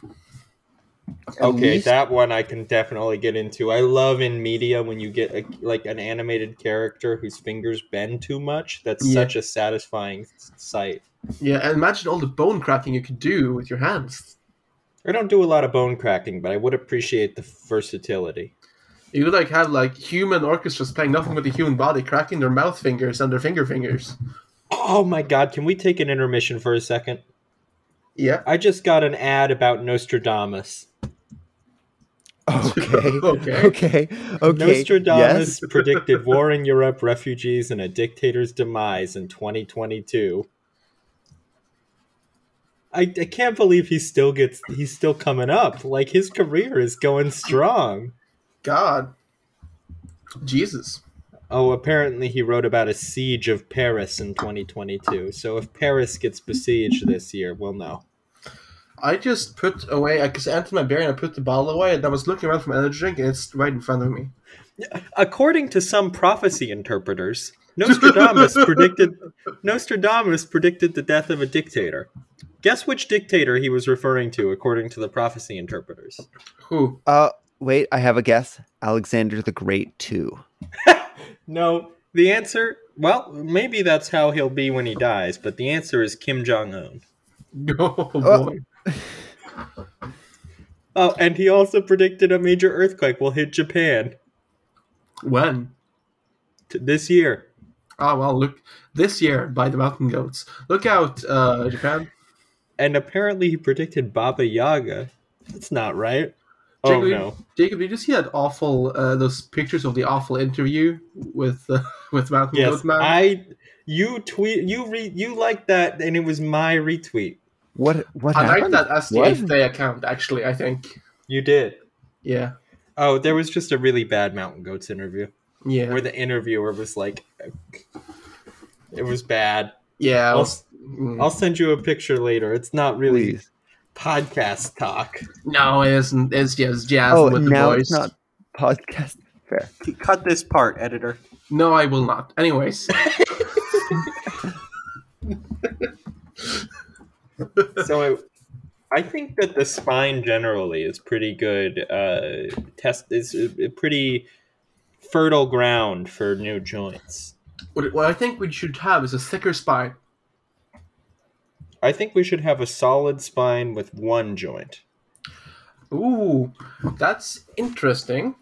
[SPEAKER 3] At
[SPEAKER 1] Okay,
[SPEAKER 3] least-
[SPEAKER 1] that one I can definitely get into. I love in media when you get a, like an animated character whose fingers bend too much. That's
[SPEAKER 2] Yeah.
[SPEAKER 1] such a satisfying s- sight.
[SPEAKER 2] Yeah, and imagine all the bone cracking you could do with your hands.
[SPEAKER 1] I don't do a lot of bone cracking, but I would appreciate the versatility.
[SPEAKER 2] You could like have like human orchestras playing nothing but the human body, cracking their mouth fingers and their finger fingers.
[SPEAKER 1] Oh my god, can we take an intermission for a second?
[SPEAKER 2] Yeah.
[SPEAKER 1] I just got an ad about Nostradamus.
[SPEAKER 3] [laughs]
[SPEAKER 1] [laughs]
[SPEAKER 3] Okay.
[SPEAKER 2] Okay.
[SPEAKER 3] Okay. Okay.
[SPEAKER 1] Nostradamus [laughs] predicted war in Europe, refugees, and a dictator's demise in 2022. I, I can't believe he still gets he's still coming up. Like his career is going strong.
[SPEAKER 2] God. Jesus.
[SPEAKER 1] Oh, apparently he wrote about a siege of Paris in 2022. So if Paris gets besieged this year, we'll know.
[SPEAKER 2] I just put away because I emptied my beer and I put the bottle away and I was looking around for my energy drink and it's right in front of me.
[SPEAKER 1] According to some prophecy interpreters, Nostradamus predicted Nostradamus predicted the death of a dictator. Guess which dictator he was referring to according to the prophecy interpreters.
[SPEAKER 2] Who?
[SPEAKER 3] Uh, wait, I have a guess. Alexander the Great too.
[SPEAKER 1] No, the answer, well, maybe that's how he'll be when he dies, but the answer is Kim Jong Un.
[SPEAKER 2] [laughs] Oh boy.
[SPEAKER 1] Oh, and he also predicted a major earthquake will hit Japan
[SPEAKER 2] When?
[SPEAKER 1] t- this year.
[SPEAKER 2] Oh well, look this year by the mountain goats. Look out, uh, Japan.
[SPEAKER 1] And apparently he predicted Baba Yaga. That's not right. Oh
[SPEAKER 2] Jacob,
[SPEAKER 1] no.
[SPEAKER 2] Jacob, did you see that awful uh, those pictures of the awful interview with uh, [laughs] with Mountain
[SPEAKER 1] Yes,
[SPEAKER 2] Goat Man?
[SPEAKER 1] I you tweet you re you liked that and it was my retweet.
[SPEAKER 3] What? What
[SPEAKER 2] I like
[SPEAKER 3] happened?
[SPEAKER 2] that SDF
[SPEAKER 3] What?
[SPEAKER 2] Day account actually. I think.
[SPEAKER 1] You did.
[SPEAKER 2] Yeah.
[SPEAKER 1] Oh, there was just a really bad Mountain Goats interview
[SPEAKER 2] Yeah.
[SPEAKER 1] where the interviewer was like it was bad.
[SPEAKER 2] yeah.
[SPEAKER 1] I'll,
[SPEAKER 2] well, mm.
[SPEAKER 1] I'll send you a picture later. It's not really
[SPEAKER 3] Please.
[SPEAKER 1] podcast talk.
[SPEAKER 2] no, it isn't. It's just jazz
[SPEAKER 3] Oh,
[SPEAKER 2] with
[SPEAKER 3] now
[SPEAKER 2] the voice.
[SPEAKER 3] it's not podcast. Fair.
[SPEAKER 1] Cut this part, editor.
[SPEAKER 2] No, I will not. Anyways,
[SPEAKER 1] So I, I think that the spine generally is pretty good uh test is a pretty fertile ground for new joints.
[SPEAKER 2] what, what I think we should have is a thicker spine.
[SPEAKER 1] I think we should have a solid spine with one joint.
[SPEAKER 2] Ooh, that's interesting.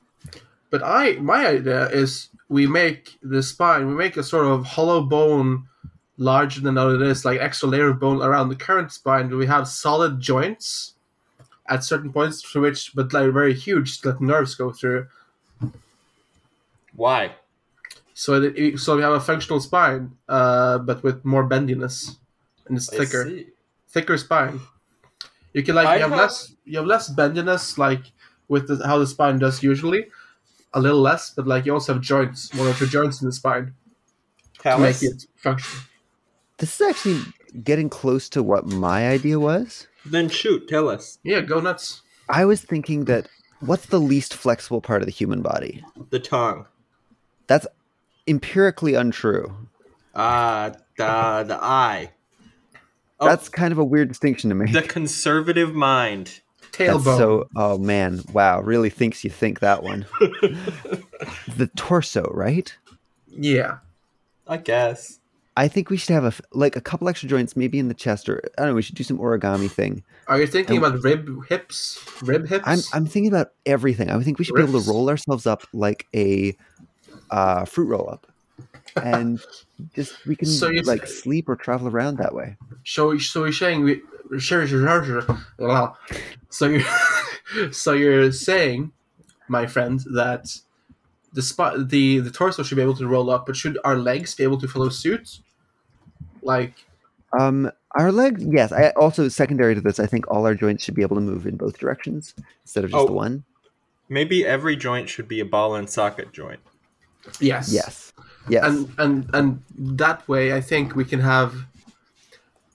[SPEAKER 2] But I, my idea is we make the spine, we make a sort of hollow bone larger than what it is, like extra layer of bone around the current spine. where We have solid joints at certain points through which, but like very huge, so that nerves go through.
[SPEAKER 1] Why?
[SPEAKER 2] So that it, so we have a functional spine, uh, but with more bendiness, and it's
[SPEAKER 1] I
[SPEAKER 2] thicker.
[SPEAKER 1] see.
[SPEAKER 2] thicker spine. You can like
[SPEAKER 1] I
[SPEAKER 2] you have
[SPEAKER 1] have-
[SPEAKER 2] less you have less bendiness like with the, how the spine does usually, a little less, but like you also have joints, one or two joints in the spine to
[SPEAKER 1] Palace?
[SPEAKER 2] make it function.
[SPEAKER 3] This is actually getting close to what my idea was.
[SPEAKER 1] Then shoot, tell us.
[SPEAKER 2] Yeah, go nuts.
[SPEAKER 3] I was thinking that what's the least flexible part of the human body?
[SPEAKER 1] The tongue.
[SPEAKER 3] That's empirically untrue.
[SPEAKER 1] Uh, the, the eye. Oh,
[SPEAKER 3] That's kind of a weird distinction to make.
[SPEAKER 1] the conservative mind.
[SPEAKER 2] Tailbone.
[SPEAKER 3] That's so, oh man, wow, really thinks you think that
[SPEAKER 1] [laughs]
[SPEAKER 3] one. the torso, right?
[SPEAKER 2] yeah.
[SPEAKER 1] I guess.
[SPEAKER 3] I think we should have a f- like a couple extra joints, maybe in the chest, or I don't know. We should do some origami thing.
[SPEAKER 2] Are you thinking about rib hips? Rib hips?
[SPEAKER 3] I'm I'm thinking about everything. I think we should be able
[SPEAKER 2] Riffs.
[SPEAKER 3] to roll ourselves up like a uh, fruit roll up,
[SPEAKER 2] [laughs]
[SPEAKER 3] and just we can
[SPEAKER 2] So you-
[SPEAKER 3] like sleep or travel around that way.
[SPEAKER 2] so so you're saying we sure, sure, sure, sure. Blah. so you're [laughs] so you're saying my friend that the spot the the torso should be able to roll up but should our legs be able to follow suit like
[SPEAKER 3] Um, our legs, yes. I also secondary to this, I think all our joints should be able to move in both directions instead of just
[SPEAKER 1] Oh.
[SPEAKER 3] the one.
[SPEAKER 1] Maybe every joint should be a ball and socket joint.
[SPEAKER 2] yes
[SPEAKER 3] Yes, yes.
[SPEAKER 2] and and and that way i think we can have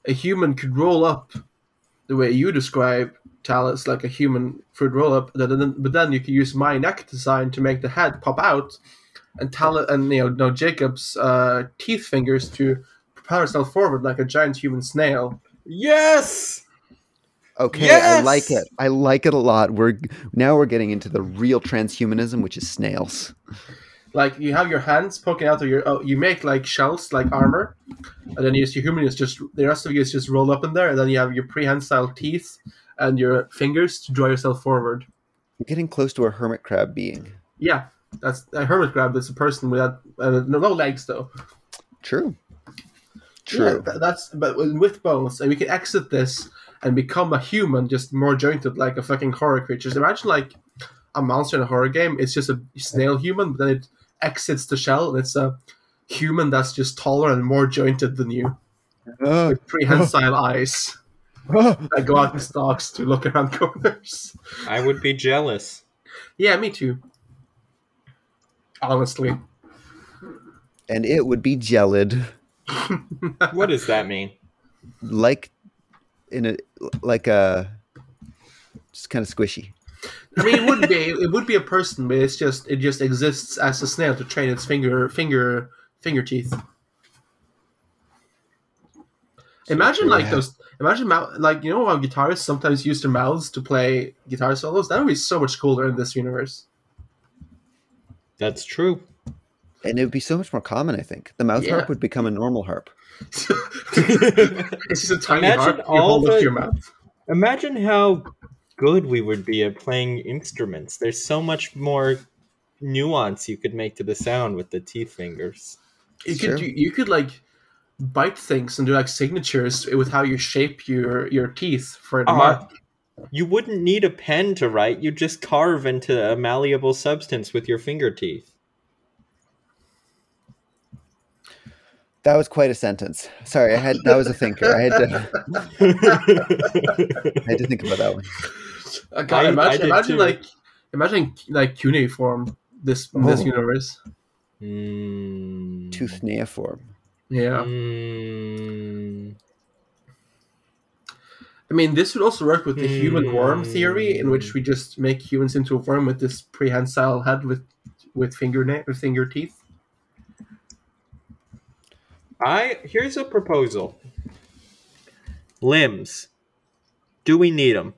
[SPEAKER 2] a human could roll up the way you describe talus like a human fruit roll up but then, but then you can use my neck design to make the head pop out and talus and you know no jacob's uh, teeth fingers to propel herself forward like a giant human snail
[SPEAKER 1] Yes!
[SPEAKER 3] Okay, I
[SPEAKER 1] Yes!
[SPEAKER 3] like it. I like it a lot. We're now we're getting into the real transhumanism, which is snails.
[SPEAKER 2] like you have your hands poking out of your oh, you make like shells like armor and then you your human is just the rest of you is just rolled up in there and then you have your prehensile teeth and your fingers to draw yourself forward
[SPEAKER 3] We're getting close to a hermit crab being.
[SPEAKER 2] yeah that's a hermit crab is a person without uh, no, no legs though
[SPEAKER 3] True. True.
[SPEAKER 2] [laughs] Yeah, tha- that's but with with bones and we can exit this and become a human just more jointed like a fucking horror creature so imagine like a monster in a horror game it's just a snail human but then it exits the shell and it's a human that's just taller and more jointed than you
[SPEAKER 3] Ah,
[SPEAKER 2] prehensile eyes
[SPEAKER 3] ah.
[SPEAKER 2] that go out in stalks to look around [laughs] corners.
[SPEAKER 1] I would be jealous.
[SPEAKER 2] Yeah, me too. Honestly,
[SPEAKER 3] and it would be gelid,
[SPEAKER 1] What does that mean?
[SPEAKER 3] like in a like a just kind of squishy.
[SPEAKER 2] I mean, it would be it would be a person, but it's just it just exists as a snail to train its finger finger finger teeth. Imagine like
[SPEAKER 3] Yeah.
[SPEAKER 2] those. Imagine mou- like you know how guitarists sometimes use their mouths to play guitar solos. That would be so much cooler in this universe. [laughs]
[SPEAKER 1] That's [laughs] true.
[SPEAKER 3] And it would be so much more common, I think. The mouth
[SPEAKER 2] Yeah.
[SPEAKER 3] harp would become a normal harp.
[SPEAKER 2] it's just a tiny
[SPEAKER 1] Imagine
[SPEAKER 2] harp you
[SPEAKER 1] all
[SPEAKER 2] hold up to
[SPEAKER 1] the-
[SPEAKER 2] your mouth.
[SPEAKER 1] Imagine how good we would be at playing instruments. There's so much more nuance you could make to the sound with the teeth fingers.
[SPEAKER 2] you
[SPEAKER 3] Sure.
[SPEAKER 2] could do, you could like bite things and do like signatures with how you shape your your teeth for the
[SPEAKER 1] Uh,
[SPEAKER 2] mark.
[SPEAKER 1] You wouldn't need a pen to write. You just carve into a malleable substance with your finger
[SPEAKER 3] [laughs]
[SPEAKER 1] teeth.
[SPEAKER 3] That was quite a sentence. Sorry, I had that was a thinker. I had to
[SPEAKER 1] Hmm.
[SPEAKER 3] I had to think about that one.
[SPEAKER 2] Like,
[SPEAKER 1] I- I
[SPEAKER 2] Uh, imagine
[SPEAKER 1] did
[SPEAKER 2] imagine
[SPEAKER 1] too.
[SPEAKER 2] like imagine like cuneiform this this
[SPEAKER 3] Oh.
[SPEAKER 2] universe.
[SPEAKER 1] Mm.
[SPEAKER 3] Tooth neiform.
[SPEAKER 2] Yeah,
[SPEAKER 1] Mm.
[SPEAKER 2] I mean this would also work with the human worm
[SPEAKER 1] Hmm.
[SPEAKER 2] theory, in which we just make humans into a worm with this prehensile head with with fingernail with finger teeth.
[SPEAKER 1] I here's a proposal. Limbs. Do we need them?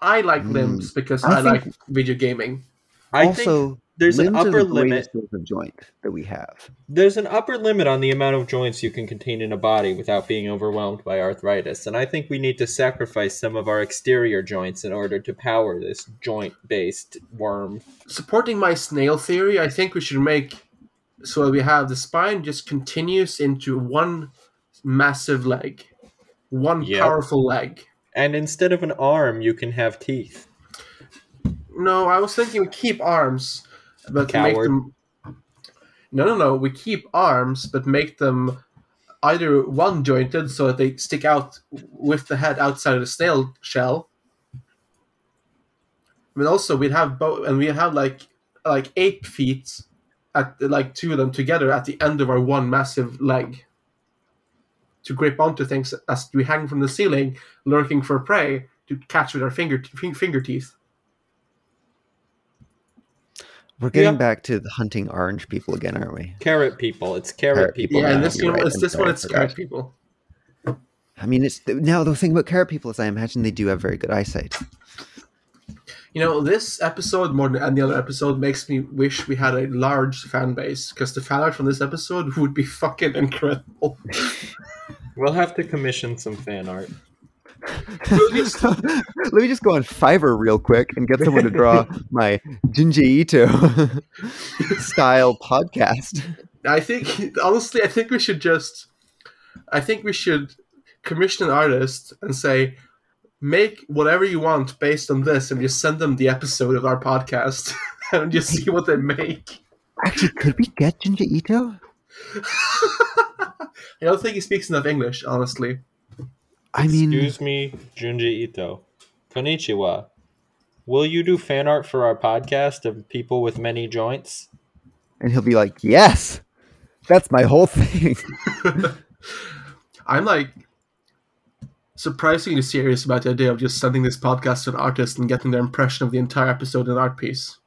[SPEAKER 2] I like
[SPEAKER 1] Mm.
[SPEAKER 3] Hmm.
[SPEAKER 2] limbs because
[SPEAKER 3] I
[SPEAKER 2] I,
[SPEAKER 3] think-
[SPEAKER 2] like video gaming.
[SPEAKER 1] I think
[SPEAKER 3] also,
[SPEAKER 1] there's an
[SPEAKER 3] limbs are
[SPEAKER 1] upper
[SPEAKER 3] the
[SPEAKER 1] limit.
[SPEAKER 3] greatest source of joint that we have.
[SPEAKER 1] There's an upper limit on the amount of joints you can contain in a body without being overwhelmed by arthritis, and I think we need to sacrifice some of our exterior joints in order to power this joint-based worm.
[SPEAKER 2] supporting my snail theory, I think we should make so we have the spine just continues into one massive leg, one
[SPEAKER 1] Yep.
[SPEAKER 2] powerful leg.
[SPEAKER 1] And instead of an arm, you can have teeth.
[SPEAKER 2] No, I was thinking we keep arms, but make
[SPEAKER 1] Coward.
[SPEAKER 2] them. No, no, no. We keep arms, but make them either one jointed so that they stick out with the head outside of the snail shell. But also, we'd have both, and we would have like like eight feet, at like two of them together at the end of our one massive leg. To grip onto things as we hang from the ceiling, lurking for prey to catch with our finger fin- finger teeth.
[SPEAKER 3] We're getting
[SPEAKER 1] Yeah.
[SPEAKER 3] back to the hunting orange people again, aren't we?
[SPEAKER 1] Carrot people. It's carrot,
[SPEAKER 3] Carrot
[SPEAKER 1] people.
[SPEAKER 3] people
[SPEAKER 2] yeah,
[SPEAKER 1] now.
[SPEAKER 2] and this
[SPEAKER 3] you're
[SPEAKER 2] you know,
[SPEAKER 3] right,
[SPEAKER 2] it's
[SPEAKER 3] I'm
[SPEAKER 2] this
[SPEAKER 3] sorry,
[SPEAKER 2] one.
[SPEAKER 3] I
[SPEAKER 2] It's
[SPEAKER 3] forgot.
[SPEAKER 2] carrot people.
[SPEAKER 3] I mean, it's now the thing about carrot people is I imagine they do have very good eyesight.
[SPEAKER 2] You know, this episode more than any other episode makes me wish we had a large fan base because the fan art from this episode would be fucking incredible.
[SPEAKER 1] We'll have to commission some fan art.
[SPEAKER 3] Let me just go on Fiverr real quick and get someone to draw my Jinji Ito [laughs] style podcast.
[SPEAKER 2] I think honestly, I think we should just, I think we should commission an artist and say, make whatever you want based on this, and just send them the episode of our podcast [laughs] and just see what they make.
[SPEAKER 3] Actually, could we get Jinji Ito?
[SPEAKER 2] I don't think he speaks enough English, honestly.
[SPEAKER 3] I mean,
[SPEAKER 1] Excuse me, Junji Ito. Konnichiwa. Will you do fan art for our podcast of people with many joints?
[SPEAKER 3] and he'll be like, "Yes, that's my whole thing." [laughs]
[SPEAKER 2] I'm like surprisingly serious about the idea of just sending this podcast to an artist and getting their impression of the entire episode in an art piece.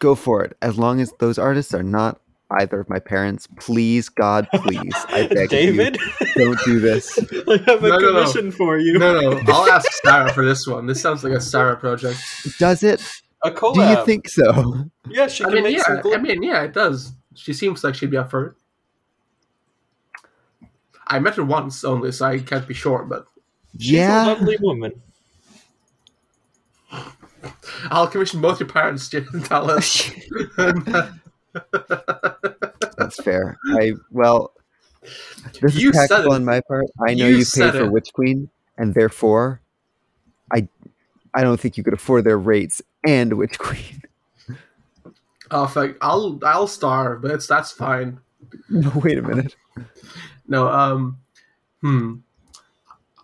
[SPEAKER 3] go for it. As long as those artists are not either of my parents, please, God, please, [laughs] I beg of you,
[SPEAKER 1] David, [laughs]
[SPEAKER 3] don't do [laughs] this.
[SPEAKER 1] I have a
[SPEAKER 2] No, no, no.
[SPEAKER 1] commission for you.
[SPEAKER 2] No, no, I'll ask Sarah for this one. This sounds like a Sarah project.
[SPEAKER 3] Does it?
[SPEAKER 1] A collab.
[SPEAKER 3] Do you think so?
[SPEAKER 1] Yeah, she
[SPEAKER 2] I
[SPEAKER 1] can
[SPEAKER 2] mean,
[SPEAKER 1] make
[SPEAKER 2] yeah,
[SPEAKER 1] some.
[SPEAKER 2] I
[SPEAKER 1] gl-
[SPEAKER 2] mean, yeah, it does. She seems like she'd be up for it. I met her once only, so I can't be sure, but
[SPEAKER 1] She's a
[SPEAKER 3] yeah.
[SPEAKER 1] lovely woman.
[SPEAKER 2] I'll commission both your parents to [laughs] tell us.
[SPEAKER 3] That's fair. I well, this
[SPEAKER 2] You
[SPEAKER 3] is
[SPEAKER 2] said
[SPEAKER 3] tactful
[SPEAKER 2] it.
[SPEAKER 3] on my part. I know
[SPEAKER 2] You
[SPEAKER 3] you, pay
[SPEAKER 2] said
[SPEAKER 3] for
[SPEAKER 2] it.
[SPEAKER 3] Witch Queen, and therefore, I, I don't think you could afford their rates and Witch Queen. [laughs]
[SPEAKER 2] oh, fuck. I'll I'll star, but it's, that's fine.
[SPEAKER 3] No, wait a minute.
[SPEAKER 2] No, um, hmm.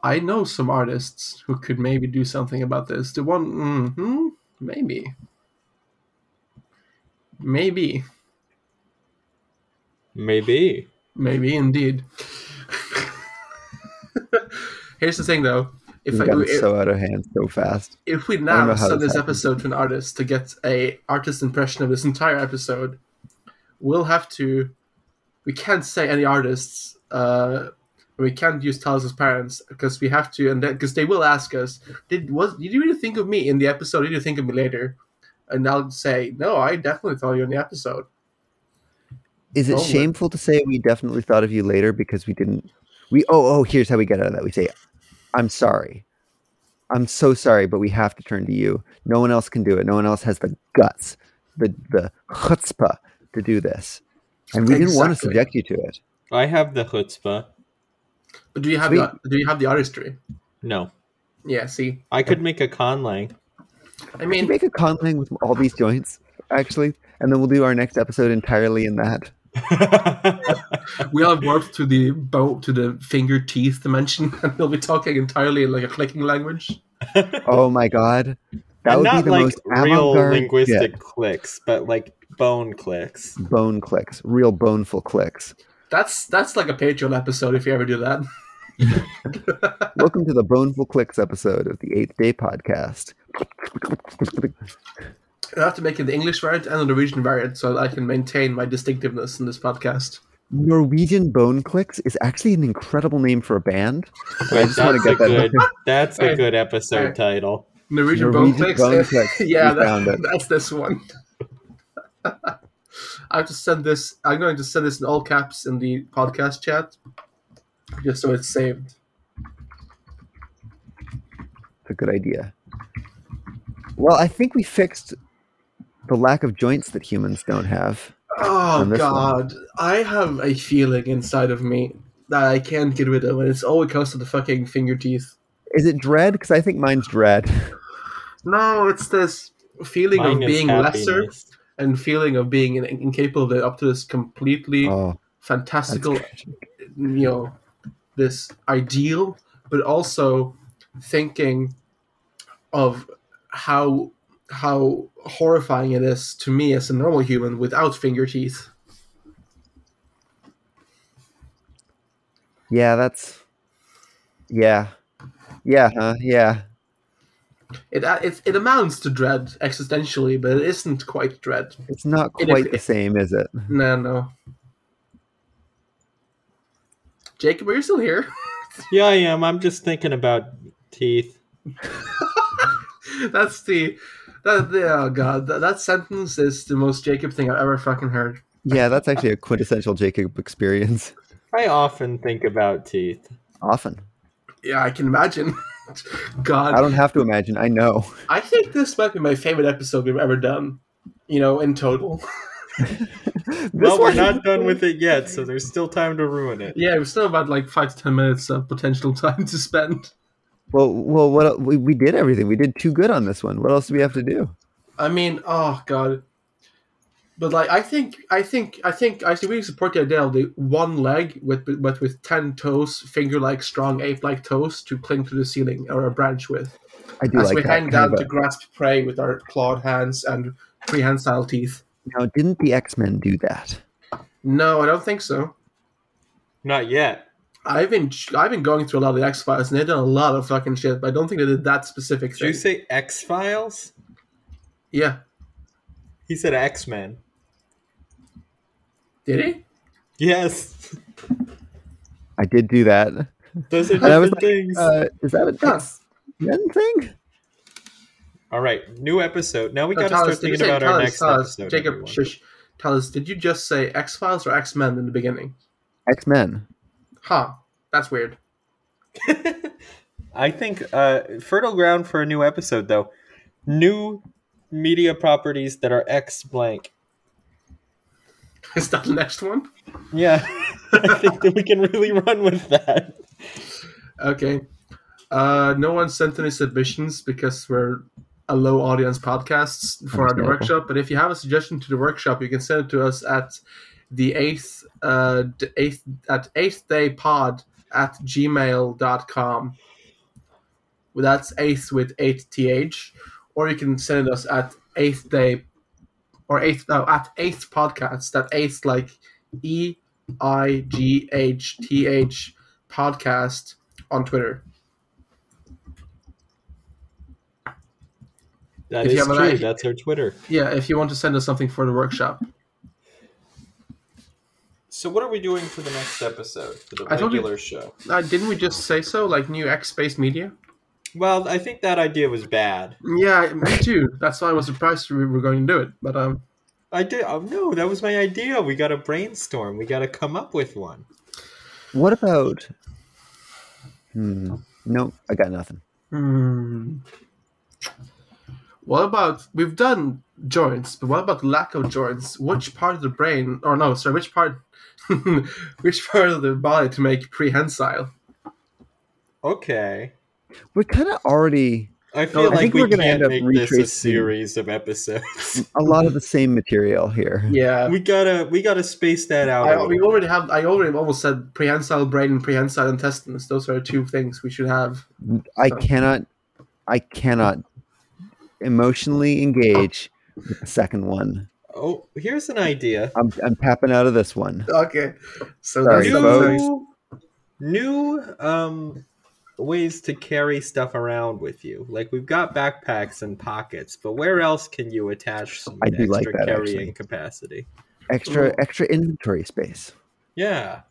[SPEAKER 2] I know some artists who could maybe do something about this. The one, hmm, maybe, maybe,
[SPEAKER 1] Maybe.
[SPEAKER 2] maybe indeed. [laughs] Here's the thing, though. If
[SPEAKER 3] We've
[SPEAKER 2] I,
[SPEAKER 3] gotten
[SPEAKER 2] if,
[SPEAKER 3] so out of hand so fast.
[SPEAKER 2] if we
[SPEAKER 3] I don't
[SPEAKER 2] now
[SPEAKER 3] know how
[SPEAKER 2] send
[SPEAKER 3] this
[SPEAKER 2] this
[SPEAKER 3] happened.
[SPEAKER 2] episode to an artist to get a artist impression of this entire episode, we'll have to. We can't say any artists. Uh, we can't use Talos as parents because we have to, and because they will ask us, "Did was did you really think of me in the episode? Did you think of me later?" And I'll say, "No, I definitely thought you in the episode."
[SPEAKER 3] Is it
[SPEAKER 1] Oh,
[SPEAKER 2] Roll with it.
[SPEAKER 3] shameful to say we definitely thought of you later because we didn't? We oh oh here's how we get out of that. We say, I'm sorry, I'm so sorry, but we have to turn to you. No one else can do it. No one else has the guts, the the chutzpah to do this, and we didn't want to
[SPEAKER 2] Exactly.
[SPEAKER 3] subject you to it.
[SPEAKER 1] I have the chutzpah.
[SPEAKER 2] But do you have the, do you have the artistry?
[SPEAKER 1] No.
[SPEAKER 2] Yeah. See,
[SPEAKER 1] I could make a [laughs] conlang.
[SPEAKER 2] I
[SPEAKER 3] Can you
[SPEAKER 2] mean,
[SPEAKER 3] make a conlang with all these joints actually, and then we'll do our next episode entirely in
[SPEAKER 1] [laughs]
[SPEAKER 3] that.
[SPEAKER 2] we all warped to the bow to the finger teeth dimension, [laughs] and we'll be talking entirely in like a clicking language.
[SPEAKER 3] Oh my god, that
[SPEAKER 1] and
[SPEAKER 3] would
[SPEAKER 1] not
[SPEAKER 3] be the
[SPEAKER 1] like
[SPEAKER 3] most
[SPEAKER 1] real
[SPEAKER 3] avant-garde
[SPEAKER 1] linguistic clicks, but like bone clicks.
[SPEAKER 3] yeah, bone clicks, real boneful clicks.
[SPEAKER 2] That's that's like a Patreon episode if you ever do that.
[SPEAKER 3] Welcome to the Boneful Clicks episode of the Eighth Day Podcast.
[SPEAKER 2] I have to make it the English variant and the Norwegian variant so that I can maintain my distinctiveness in this podcast.
[SPEAKER 3] Norwegian Bone Clicks is actually an incredible name for a band. I just want
[SPEAKER 1] that's
[SPEAKER 3] to
[SPEAKER 1] a
[SPEAKER 3] get that.
[SPEAKER 1] good. [laughs] That's a
[SPEAKER 2] Alright.
[SPEAKER 1] good episode
[SPEAKER 2] Alright.
[SPEAKER 1] title.
[SPEAKER 2] Norwegian,
[SPEAKER 3] Norwegian
[SPEAKER 2] bone clicks. [laughs]
[SPEAKER 3] bone clicks.
[SPEAKER 2] yeah,
[SPEAKER 3] We
[SPEAKER 2] that-
[SPEAKER 3] found it.
[SPEAKER 2] that's this one. [laughs] I have to send this. I'm going to send this in all caps in the podcast chat, just so it's saved.
[SPEAKER 3] It's a good idea. Well, I think we fixed the lack of joints that humans don't have.
[SPEAKER 2] Oh
[SPEAKER 3] And this one.
[SPEAKER 2] God, I have a feeling inside of me that I can't get rid of, and it's all because of the fucking finger teeth.
[SPEAKER 3] Is it dread? Because I think mine's dread.
[SPEAKER 2] No, it's this feeling
[SPEAKER 1] Mine
[SPEAKER 2] of
[SPEAKER 1] is
[SPEAKER 2] being lesser.
[SPEAKER 1] happiness.
[SPEAKER 2] and feeling of being in- incapable of living up to this completely
[SPEAKER 3] Oh, that's
[SPEAKER 2] fantastical,
[SPEAKER 3] tragic.
[SPEAKER 2] you know, this ideal, but also thinking of how how horrifying it is to me as a normal human without finger teeth.
[SPEAKER 3] yeah, that's. Yeah. Yeah, huh? Yeah.
[SPEAKER 2] It uh, it, it amounts to dread existentially, but it isn't quite dread.
[SPEAKER 3] It's not
[SPEAKER 2] It is-
[SPEAKER 3] quite the same, is it?
[SPEAKER 2] No, no. Jacob, are you still here?
[SPEAKER 1] Yeah, I am. I'm just thinking about teeth.
[SPEAKER 2] that's the that the, oh god that, that sentence is the most Jacob thing I've ever fucking heard.
[SPEAKER 3] Yeah, that's actually a quintessential Jacob experience.
[SPEAKER 1] I often think about teeth.
[SPEAKER 3] Often.
[SPEAKER 2] Yeah, I can imagine. [laughs] god,
[SPEAKER 3] I don't have to imagine. I know. [laughs]
[SPEAKER 2] I think this might be my favorite episode we've ever done. You know, in total.
[SPEAKER 3] This
[SPEAKER 1] Well, we're
[SPEAKER 3] one-
[SPEAKER 1] not done with it yet, [laughs] so there's still time to ruin it.
[SPEAKER 2] yeah, we've still about like five to ten minutes of potential [laughs] time to spend.
[SPEAKER 3] Well, well, what el- we, we did everything. We did too good on this one. What else do we have to do?
[SPEAKER 2] I mean, oh god. But like, I think, I think, I think, I think we support the idea of the one leg with, but with ten toes, finger-like, strong ape-like toes to cling to the ceiling or a branch with,
[SPEAKER 3] I do
[SPEAKER 2] as
[SPEAKER 3] like
[SPEAKER 2] we
[SPEAKER 3] that.
[SPEAKER 2] hang
[SPEAKER 3] kind of
[SPEAKER 2] down to
[SPEAKER 3] a-
[SPEAKER 2] grasp prey with our clawed hands and prehensile teeth.
[SPEAKER 3] Now, didn't the X Men do that?
[SPEAKER 2] No, I don't think so.
[SPEAKER 1] Not yet.
[SPEAKER 2] I've been, I've been going through a lot of the X Files, and they've done a lot of fucking shit, but I don't think they did that specific
[SPEAKER 1] Did
[SPEAKER 2] thing.
[SPEAKER 1] you say X Files?
[SPEAKER 2] Yeah,
[SPEAKER 1] He said X Men.
[SPEAKER 2] did he?
[SPEAKER 1] Yes, [laughs]
[SPEAKER 3] I did do that.
[SPEAKER 1] those are
[SPEAKER 3] And I was
[SPEAKER 1] different things.
[SPEAKER 3] Uh, is that a
[SPEAKER 2] Huh.
[SPEAKER 3] X Men thing?
[SPEAKER 1] All right, new episode. Now we
[SPEAKER 2] No,
[SPEAKER 1] gotta
[SPEAKER 2] Talos,
[SPEAKER 1] start
[SPEAKER 2] did you
[SPEAKER 1] thinking
[SPEAKER 2] say-
[SPEAKER 1] about our
[SPEAKER 2] Talos,
[SPEAKER 1] next
[SPEAKER 2] Talos,
[SPEAKER 1] episode.
[SPEAKER 2] Jacob,
[SPEAKER 1] everyone.
[SPEAKER 2] shush. Talos, did you just say X Files or X Men in the beginning?
[SPEAKER 3] X Men.
[SPEAKER 2] Huh. That's weird. [laughs]
[SPEAKER 1] I think uh, fertile ground for a new episode, though. New media properties that are X blank.
[SPEAKER 2] Is that the next one?
[SPEAKER 1] Yeah, [laughs] I think that we can really run with that.
[SPEAKER 2] Okay. Uh, no one sent any submissions because we're a low audience podcast for the
[SPEAKER 3] Understandable.
[SPEAKER 2] workshop. But if you have a suggestion to the workshop, you can send it to us at the eighth, uh, d- eighth at eighth day pod at gmail.com. Well, that's eighth with eight th, or you can send us at eighth day or eighth no, at eighth podcast. That eighth like e i g h t h podcast on Twitter.
[SPEAKER 1] That
[SPEAKER 2] If
[SPEAKER 1] is
[SPEAKER 2] you have an
[SPEAKER 1] true.
[SPEAKER 2] idea-
[SPEAKER 1] That's our Twitter.
[SPEAKER 2] Yeah, if you want to send us something for the workshop,
[SPEAKER 1] So, what are we doing for the next episode for the
[SPEAKER 2] I told you-
[SPEAKER 1] regular show?
[SPEAKER 2] uh, didn't we just say so? Like new X Space Media.
[SPEAKER 1] Well, I think that idea was bad.
[SPEAKER 2] Yeah, me too. That's why I was surprised we were going to do it. But um,
[SPEAKER 1] I did. Oh, no, that was my idea. We got to brainstorm. We got to come up with one.
[SPEAKER 3] What about? Hmm. Nope. I got nothing.
[SPEAKER 2] hmm. what about we've done joints, but what about lack of joints? Which part of the brain, or no, sorry, which part, [laughs] which part of the body to make prehensile?
[SPEAKER 1] Okay.
[SPEAKER 3] We're kind of already
[SPEAKER 1] I feel
[SPEAKER 3] I
[SPEAKER 1] like
[SPEAKER 3] think
[SPEAKER 1] we
[SPEAKER 3] we're gonna
[SPEAKER 1] can't
[SPEAKER 3] end up
[SPEAKER 1] make this a
[SPEAKER 3] retracing-
[SPEAKER 1] series of episodes.
[SPEAKER 3] [laughs] a lot of the same material here.
[SPEAKER 2] Yeah,
[SPEAKER 1] we gotta we gotta space that out. a
[SPEAKER 2] I,
[SPEAKER 1] little
[SPEAKER 2] we
[SPEAKER 1] bit.
[SPEAKER 2] already have. I already almost said prehensile brain and prehensile intestines. Those are two things we should have.
[SPEAKER 3] I cannot, I cannot emotionally engage with the second one.
[SPEAKER 1] Oh, here's an idea.
[SPEAKER 3] I'm, I'm tapping out of this one.
[SPEAKER 2] Okay, so
[SPEAKER 3] Sorry,
[SPEAKER 2] that's
[SPEAKER 3] New-
[SPEAKER 2] something-
[SPEAKER 1] New, new um, ways to carry stuff around with you. Like we've got backpacks and pockets, but where else can you attach some
[SPEAKER 3] I do
[SPEAKER 1] extra
[SPEAKER 3] like that,
[SPEAKER 1] carrying
[SPEAKER 3] actually.
[SPEAKER 1] capacity?
[SPEAKER 3] Extra, extra inventory space.
[SPEAKER 1] Yeah.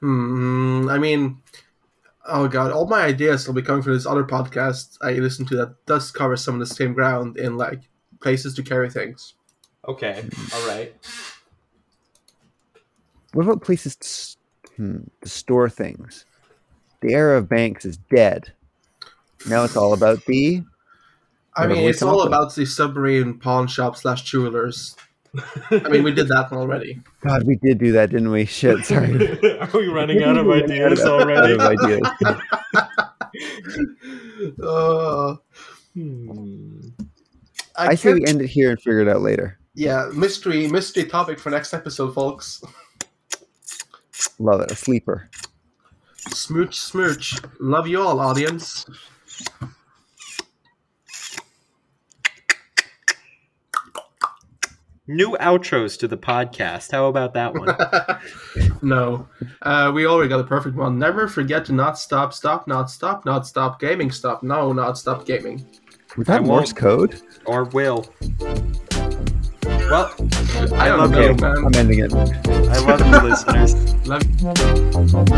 [SPEAKER 2] Hmm. I mean, oh god, all my ideas will be coming from this other podcast I listen to that does cover some of the same ground in like places to carry things.
[SPEAKER 1] Okay.
[SPEAKER 3] Hmm.
[SPEAKER 1] All right.
[SPEAKER 3] What about places to, s- hmm, to store things? The era of banks is dead. Now it's all about the.
[SPEAKER 2] I
[SPEAKER 3] Yeah,
[SPEAKER 2] mean,
[SPEAKER 3] we
[SPEAKER 2] it's
[SPEAKER 3] come
[SPEAKER 2] all
[SPEAKER 3] up with-
[SPEAKER 2] about the submarine pawn shop slash jewelers. I mean, we did that one already.
[SPEAKER 3] God, we did do that, didn't we? [laughs] Shit, [laughs] sorry.
[SPEAKER 1] [laughs] Are we running
[SPEAKER 3] [laughs]
[SPEAKER 1] out of
[SPEAKER 3] Running out
[SPEAKER 1] ideas
[SPEAKER 3] of-
[SPEAKER 1] already?
[SPEAKER 3] out of ideas.
[SPEAKER 2] [laughs] Uh,
[SPEAKER 1] Hmm.
[SPEAKER 2] [laughs] I,
[SPEAKER 3] I say we
[SPEAKER 2] can't-
[SPEAKER 3] end it here and figure it out later.
[SPEAKER 2] yeah, mystery, mystery topic for next episode, folks.
[SPEAKER 3] Love it. A sleeper.
[SPEAKER 2] Smooch, smooch, love you all, audience.
[SPEAKER 1] New outros to the podcast. How about that
[SPEAKER 3] [laughs]
[SPEAKER 1] one?
[SPEAKER 2] no, uh, we already got a perfect one. Never forget to not stop, stop, not stop, not stop gaming, stop, no, not stop gaming.
[SPEAKER 3] Was that
[SPEAKER 1] I
[SPEAKER 3] Morse
[SPEAKER 1] won't.
[SPEAKER 3] code?
[SPEAKER 1] or will. Well,
[SPEAKER 2] I
[SPEAKER 1] I
[SPEAKER 2] don't
[SPEAKER 1] love
[SPEAKER 2] know,
[SPEAKER 1] you.
[SPEAKER 2] man.
[SPEAKER 3] I'm ending it.
[SPEAKER 1] I love you, listeners.
[SPEAKER 2] Love-